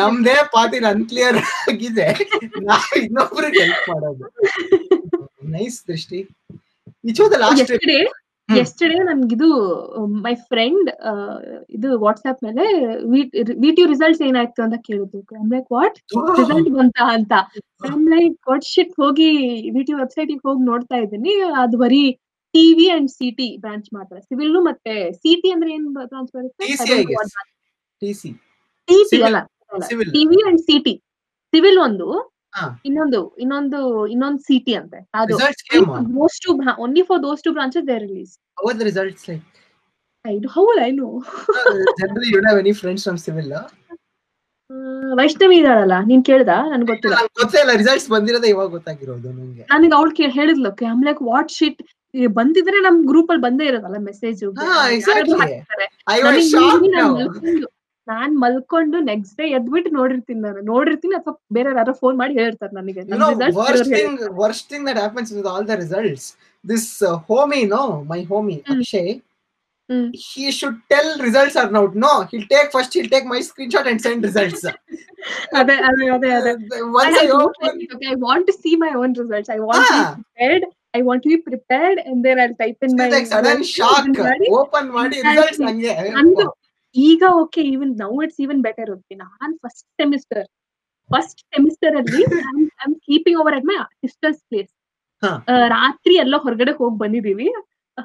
Speaker 1: ನಮ್ದೇ ಪಾತಿ unclear ಆಗಿದೆ ನಾವ್ ಇನ್ನೊಬ್ರಿಗೆ help ಮಾಡೋದು nice Drishti which was the last trip
Speaker 2: yesterday
Speaker 1: hmm.
Speaker 2: Yesterday ನನ್ಗಿದು my friend uh, ಇದು WhatsApp ಮೇಲೆ VTU results ಏನಾಯ್ತು ಅಂತ ಕೇಳಿದ್ರು I'm like what
Speaker 1: Oh.
Speaker 2: Result ಬಂತ ಅಂತ ಐಮ್ ಲೈಕ್ ವಾಟ್ ಶಿಟ್ ಹೋಗಿ ವಿಟಿಯು ವೆಬ್ಸೈಟ್ ಹೋಗಿ ನೋಡ್ತಾ ಇದ್ದೀನಿ ಅದು ಬರೀ ಟಿವಿ ಅಂಡ್ ಸಿಟಿ ಬ್ರಾಂಚ್ ಮಾತ್ರ ಸಿವಿಲ್ ಮತ್ತೆ ಸಿಟಿ ಅಂದ್ರೆ ಏನ್ ಬ್ರಾಂಚ್
Speaker 1: TCI guess.
Speaker 2: ಬರುತ್ತೆ
Speaker 1: ಟಿ ಸಿ
Speaker 2: ಟಿಸಿ
Speaker 1: Civil.
Speaker 2: ಅಲ್ಲ
Speaker 1: Civil.
Speaker 2: TV and CT civil ಒಂದು
Speaker 1: ಹಾ.
Speaker 2: ಇನ್ನೊಂದು ಇನ್ನೊಂದು ಇನ್ನೊಂದು ಸಿಟಿ ಅಂತೆ ಅದು
Speaker 1: results came
Speaker 2: those two only for those two branches they release
Speaker 1: how are the results like
Speaker 2: I do. How will I know?
Speaker 1: Uh, generally you have any friends from civil
Speaker 2: Uh, Vaishnavi ಇದಾಳಲ್ಲ ನೀನ್ ಕೇಳ್ದ ನನ್ಗೆ ಗೊತ್ತಿಲ್ಲ
Speaker 1: ನಂಗೆ ಗೊತ್ತೇ ಇಲ್ಲ results ಬಂದಿರೋದೇ ಇವಾಗ ಗೊತ್ತಾಗಿರೋದು ನಂಗೆ
Speaker 2: ನನಗೆ ಅವ್ಳು ಕೇಳಿ ಹೇಳಿದ್ಲು okay am like what shit ಬಂದಿದ್ರೆ ನಮ್ ಗ್ರೂಪ್ ಅಲ್ಲಿ ಬಂದೇ ಇರೋದಲ್ಲ ಮೆಸೇಜ್
Speaker 1: ಹಾ, exactly. I was shock now
Speaker 2: ನಾನ್ ಮಲ್ಕೊಂಡು ನೆಕ್ಸ್ಟ್ ಡೇ ಎದ್ಬಿಟ್ಟು ನೋಡಿರ್ತೀನಿ ನಾನು ನೋಡಿರ್ತೀನಿ ಅಥವಾ ಬೇರೆ ಯಾರೋ ಫೋನ್ ಮಾಡಿ ಹೇಳ್ತಾರೆ ನನಗೆ
Speaker 1: you know worst thing worst thing that happens with all the results this uh, homie no my homie
Speaker 2: Mm.
Speaker 1: akshay
Speaker 2: Mm.
Speaker 1: he should tell results are out no he'll take first he'll take my screenshot and send results
Speaker 2: ಅದೇ ಅದೇ ಅದೇ ಅದೇ
Speaker 1: Uh, once i open
Speaker 2: I want to see my own results I want
Speaker 1: ah,
Speaker 2: prepared I want to be prepared and there I type in
Speaker 1: it's
Speaker 2: ಮೈ
Speaker 1: like sudden shock open ಮಾಡಿ
Speaker 2: Exactly.
Speaker 1: results ಹಂಗೆ
Speaker 2: ನಂದು ಈಗ okay even now it's even better okay ನಾನ್ first semester first semester ಅಲ್ಲಿ I keeping over at my sister's place
Speaker 1: ಹಾ.
Speaker 2: Uh, ರಾತ್ರಿ ಎಲ್ಲ ಹೊರಗಡೆ ಹೋಗಿ ಬಂದಿದೀವಿ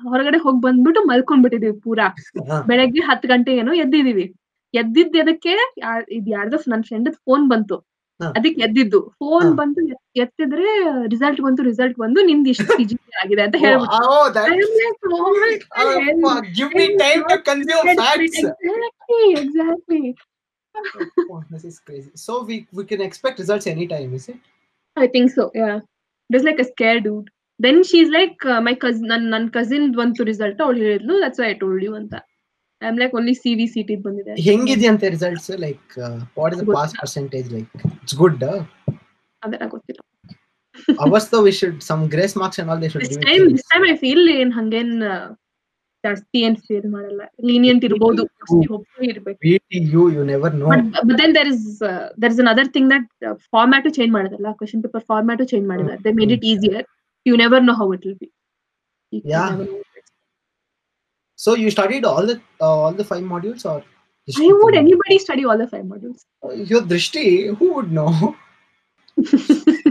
Speaker 2: ಹೊರಗಡೆ ಹೋಗಿ ಬಂದ್ಬಿಟ್ಟು ಮಲ್ಕೊಂಡ್ಬಿಟ್ಟಿದೀವಿ ಪೂರಾ
Speaker 1: ಹಾ.
Speaker 2: ಬೆಳಗ್ಗೆ ಹತ್ತು ಗಂಟೆ ಏನೋ ಎದ್ದಿದೀವಿ ಎದ್ದಿದ್ದು ಅದಕ್ಕೆ ಇದ್ ಯಾರ್ದೋ ನನ್ ಫ್ರೆಂಡ್ ಫೋನ್ ಬಂತು
Speaker 1: ಹಾ.
Speaker 2: ಅದಕ್ಕೆ ಎದ್ದಿದ್ದು ಫೋನ್
Speaker 1: ಹಾ.
Speaker 2: ಬಂತು ಎತ್- ಎತ್ತಿದ್ರೆ ರಿಸಲ್ಟ್ ಬಂತು ರಿಸಲ್ಟ್ ಬಂದು ನಿಮ್ದು ಇಷ್ಟು PGP ಆಗಿದೆ ಅಂತ ಹೇಳ್ಬಿಟ್ಟು
Speaker 1: Oh, oh, that-
Speaker 2: I am like, oh my
Speaker 1: oh,
Speaker 2: God, hell.
Speaker 1: fuck, give me time to consume facts
Speaker 2: Exactly, exactly.
Speaker 1: Oh, this is crazy so we we can expect results anytime is it
Speaker 2: I think so, yeah. It was like a scare, dude. Then she's like, uh, my cousin, ನನ್ನ ನನ್ನ cousin ಬಂತು result ಅವಳು ಹೇಳಿದ್ಲು that's I told you ಅಂತ I am like only C V C T ಬಂದಿದೆ
Speaker 1: ಹೆಂಗಿದೆಯಂತೆ results like uh, what is the pass percentage like it's good uh?
Speaker 2: ಅದೆಲ್ಲ ಗೊತ್ತಿಲ್ಲ
Speaker 1: ours though we should some grace marks and all they should
Speaker 2: this
Speaker 1: give
Speaker 2: time
Speaker 1: it
Speaker 2: this time I feel ಏನ್ ಹಂಗೇನ್ ಆ, ಜಾಸ್ತಿ ಏನ್ feel ಮಾಡಲ್ಲ lenient ಇರ್ಬೋದು ಹೋಗ್ತಾ ಇರ್ಬೇಕು
Speaker 1: VTU you never know
Speaker 2: but then there is there is another thing that format change ಮಾಡಿದಲ್ಲ ಕ್ವಶನ್ ಪೇಪರ್ ಫಾರ್ಮ್ಯಾಟ್ ಚೇಂಜ್ ಮಾಡಿದ್ದಾರೆ they made it easier you never know how it will be
Speaker 1: Yeah. so you studied all the uh, all the five modules or
Speaker 2: Why would anybody study all the five modules?
Speaker 1: Your Drishti, who would know?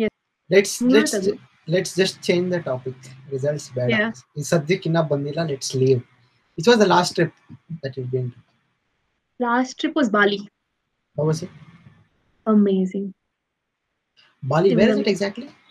Speaker 2: Yes.
Speaker 1: Let's
Speaker 2: Not
Speaker 1: let's
Speaker 2: as-
Speaker 1: ju- let's just change the topic. Results bad.
Speaker 2: Yeah.
Speaker 1: ಈ ಸದ್ಯಕ್ಕೆ ಇನ್ನ ಬಂದಿಲ್ಲ let's leave it was the last trip that it been
Speaker 2: Last trip was Bali.
Speaker 1: How was it
Speaker 2: Amazing.
Speaker 1: Bali where is it
Speaker 2: Similarly.
Speaker 1: Exactly